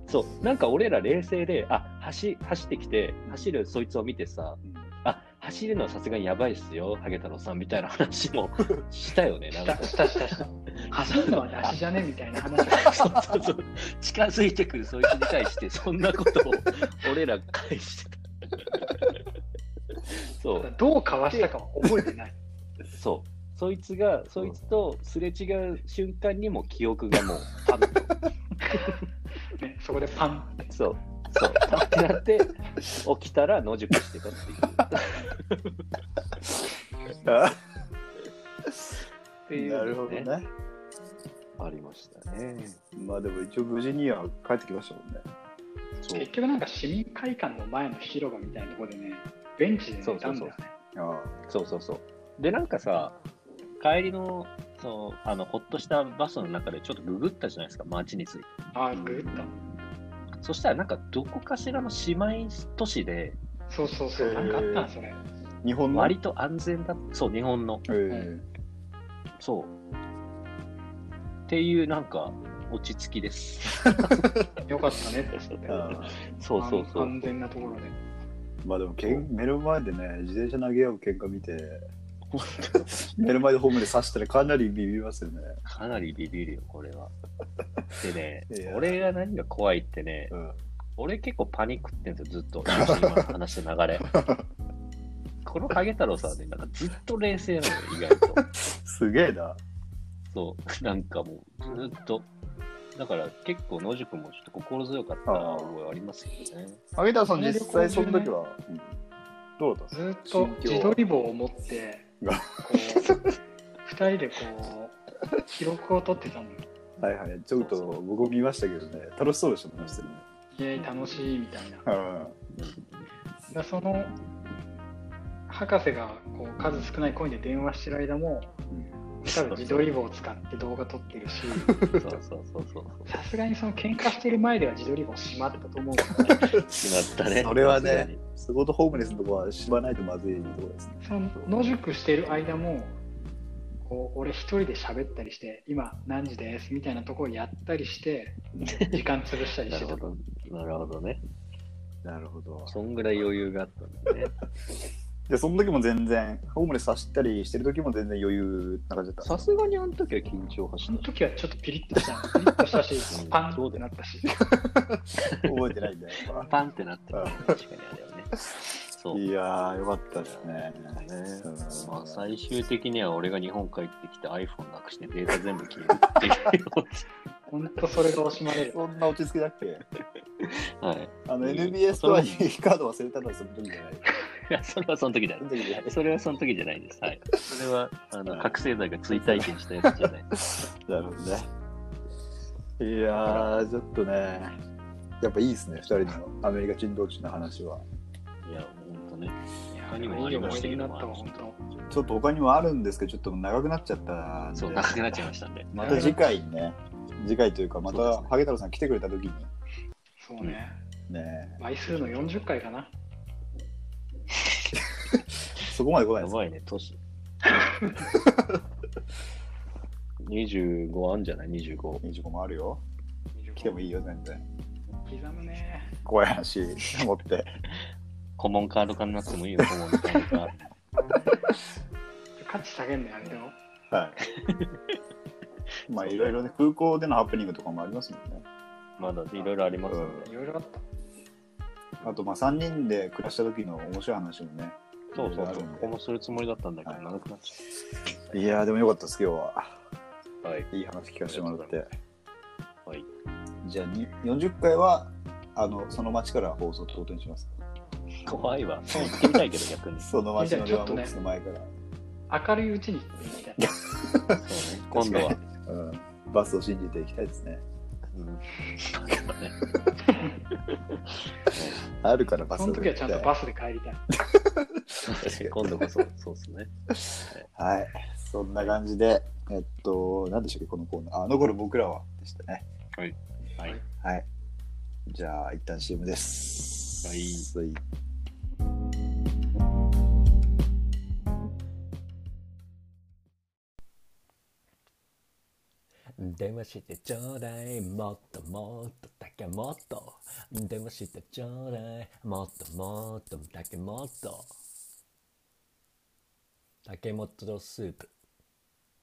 Speaker 1: そうなんか俺ら冷静で、あ走走ってきて、走るそいつを見てさ、あ走るのはさすがにやばいっすよ、ハゲ太郎さんみたいな話もしたよね、なん
Speaker 3: した
Speaker 1: か。
Speaker 3: したしたした。走るのはなしじゃねみたいな話を
Speaker 1: そうそうそう 近づいてくるそいつに対して、そんなことを俺ら返してた。そう、
Speaker 3: どうかわしたかは覚えてない。
Speaker 1: そう、そいつが、そいつとすれ違う瞬間にも記憶がもう、パッと
Speaker 3: ね、そこでパンって。
Speaker 1: そう、そう、立ってなって、起きたら野宿してたっていう。
Speaker 3: ていう
Speaker 2: なるほどね。
Speaker 1: ありましたね。
Speaker 2: まあでも一応無事には帰ってきましたもんね。
Speaker 1: そう
Speaker 3: 結局なんか市民会館の前の広場みたいなところでね、ベンチで寝たんだよね。
Speaker 1: そうそう
Speaker 2: あ
Speaker 1: そうそうそう。で、なんかさ、帰りの、そう、あの、ほっとしたバスの中でちょっとググったじゃないですか、街について。
Speaker 3: ああ、グッ
Speaker 1: そしたら、なんか、どこかしらの姉妹都市で、
Speaker 3: と。そうそうそ
Speaker 2: へ
Speaker 3: う、
Speaker 2: ー
Speaker 3: なんかあったんそれ。
Speaker 2: あ。日本の。
Speaker 1: 割と安全だそう、日本の。
Speaker 2: ええ
Speaker 1: そう。っていう、なんか、落ち着き です。
Speaker 3: よかったねって言って。
Speaker 2: ああ
Speaker 1: そうそうそ
Speaker 3: あん
Speaker 1: う。
Speaker 3: 安全なところで。
Speaker 2: まあでもけん目の前でね自転車投げ合う喧嘩見て 目の前でホームで刺したらかなりビビりますよね。
Speaker 1: かなりビビるよ、これは。でね
Speaker 2: いや、
Speaker 1: 俺が何が怖いってね、
Speaker 2: うん、
Speaker 1: 俺結構パニックってんですよ、ずっ と。今の話の流れ。この影太郎さんはね、なんかずっと冷静なのよ、意外と。
Speaker 2: すげえな。
Speaker 1: そう、なんかもう、ずっと。だから結構野宿もちょっと心強かった
Speaker 2: あー
Speaker 1: 覚えありますけど ね。
Speaker 2: あげたさん
Speaker 3: あれ
Speaker 2: 実際その時は、うんどうだったんです
Speaker 3: ずっと自撮り棒を持って、こう、二人でこう、記録を取ってたのよ。
Speaker 2: かはいはいちょっと僕も見ましたけどね楽しそうでしたもんね。してね
Speaker 3: イエーイ楽しいみたいな。
Speaker 2: うん
Speaker 3: だその博士がこう数少ないコインで電話してる間も多分自撮り棒を使って動画撮ってるし
Speaker 1: そうそうそうそう。
Speaker 3: さすがにその喧嘩してる前では自撮り棒しまったと思うから
Speaker 1: 決まったね。
Speaker 2: それは
Speaker 1: さすが
Speaker 2: ね
Speaker 1: に。、
Speaker 2: スゴートホームレスのとこは縛らないとまずいところですね。
Speaker 3: その野宿してる間もこう俺一人で喋ったりして今何時ですみたいなとこをやったりして時間潰したり
Speaker 1: な
Speaker 3: し
Speaker 1: る
Speaker 3: て
Speaker 1: ほ
Speaker 3: た
Speaker 1: ど。なるほどね。
Speaker 2: なるほど。
Speaker 1: そんぐらい余裕があったんだね。
Speaker 2: で、その時も全然、ホームレス走ったりしてる時も全然余裕な感じだった。
Speaker 1: さすがにあの時は緊張はし
Speaker 3: その
Speaker 1: たし。
Speaker 3: 時はちょっとピリッとしたピリッとした
Speaker 1: う
Speaker 3: し
Speaker 1: ん
Speaker 3: パンってなったし
Speaker 2: 覚えてないんだよ。やっ
Speaker 1: パンってなってた
Speaker 2: あ
Speaker 1: ね。確かにあれはね。そ
Speaker 2: ぱ
Speaker 1: う。
Speaker 2: いやー、よかったですね。
Speaker 1: ね
Speaker 2: うん
Speaker 1: まあ、最終的には俺が日本帰ってきて iPhone なくしてデータ全部消えるっていう。
Speaker 3: 本当それが惜しまれ る
Speaker 2: そんな落ち着きだっけ
Speaker 1: はい。
Speaker 2: あの
Speaker 1: うん
Speaker 2: NBA ストアにカード忘れたのはその時じゃない。
Speaker 1: いや、それはその時じゃ
Speaker 2: そ
Speaker 1: ない。
Speaker 2: の時じゃない
Speaker 1: それはその時じゃないです。はい。それは、あ
Speaker 2: は
Speaker 1: の、
Speaker 2: い
Speaker 1: 覚醒剤が追体験したやつじゃない。
Speaker 2: なるほどね。いやー、ちょっとね、やっぱいいですね、二人のアメリカ人同士の話は。
Speaker 1: いや、ほんとね。他
Speaker 3: い
Speaker 1: に
Speaker 3: い
Speaker 1: もありま
Speaker 3: 思
Speaker 1: し
Speaker 3: い
Speaker 1: たけ
Speaker 3: 出にな
Speaker 1: ど
Speaker 3: ったわ
Speaker 1: も
Speaker 3: 本、当
Speaker 2: ちょっと他にもあるんですけど、ちょっと長くなっちゃったんで
Speaker 1: そう、長くなっちゃいましたんで。
Speaker 2: また次回ね、次回というか、ま
Speaker 1: そうで
Speaker 2: た、
Speaker 1: すね
Speaker 2: ハゲ太郎さん来てくれた時に、
Speaker 3: そうね、
Speaker 2: ね、
Speaker 3: 倍数の40回かな。
Speaker 2: そこまで来ない
Speaker 1: や
Speaker 2: です。
Speaker 1: ばいね、 年。25あんじゃない ?25。
Speaker 2: 25もあるよ。来てもいいよ、全然。
Speaker 3: 刻むね。
Speaker 2: 怖い 話持って。
Speaker 1: 顧問カード化になってもいいよ、顧問カード化。
Speaker 3: 価値下げんのやめよ。
Speaker 2: はい。まあ、いろいろね、空港でのハプニングとかもありますもんね。
Speaker 1: まだいろいろありますんで。
Speaker 3: いろいろあった。
Speaker 2: あと、まあ、3人で暮らした時の面白い話もね。
Speaker 1: そうそう
Speaker 2: いろいろあ
Speaker 1: そう。
Speaker 2: るん
Speaker 1: こ
Speaker 2: で
Speaker 1: こもするつもりだったんだけど、長くなっちゃった。
Speaker 2: いやー、でもよかったです、今日は。
Speaker 1: はい。
Speaker 2: いい話聞かせてもらって。
Speaker 1: はい。
Speaker 2: じゃあ、に40回は、あの、その町から放送ってことにします。
Speaker 1: 怖いわ。行ってみたいけど、逆に。そ
Speaker 2: その町の
Speaker 3: じ
Speaker 2: レ
Speaker 3: ゃあちょ
Speaker 2: バーボッ
Speaker 3: っとね
Speaker 2: クスの前から。
Speaker 3: 明るいうちに行ってみたいな。
Speaker 1: うね。今度は。
Speaker 2: うん。バスを信じていきたいですね。
Speaker 1: うん
Speaker 2: あるからバスを
Speaker 3: その
Speaker 2: 信
Speaker 3: 時
Speaker 2: じ
Speaker 3: はちゃんとバスで帰りたい。
Speaker 1: 今度こそ、そうですね。
Speaker 2: はい。そんな感じで、えっと、何でしたっけ、このコーナー。あ、残る僕らはでしたね。
Speaker 1: はい。
Speaker 2: はい。じゃあ、一旦 CM です。。
Speaker 1: はい
Speaker 4: 電話してちょうだいもっともっとだけもっと電話してちょうだいもっともっとだけもっと竹本スープ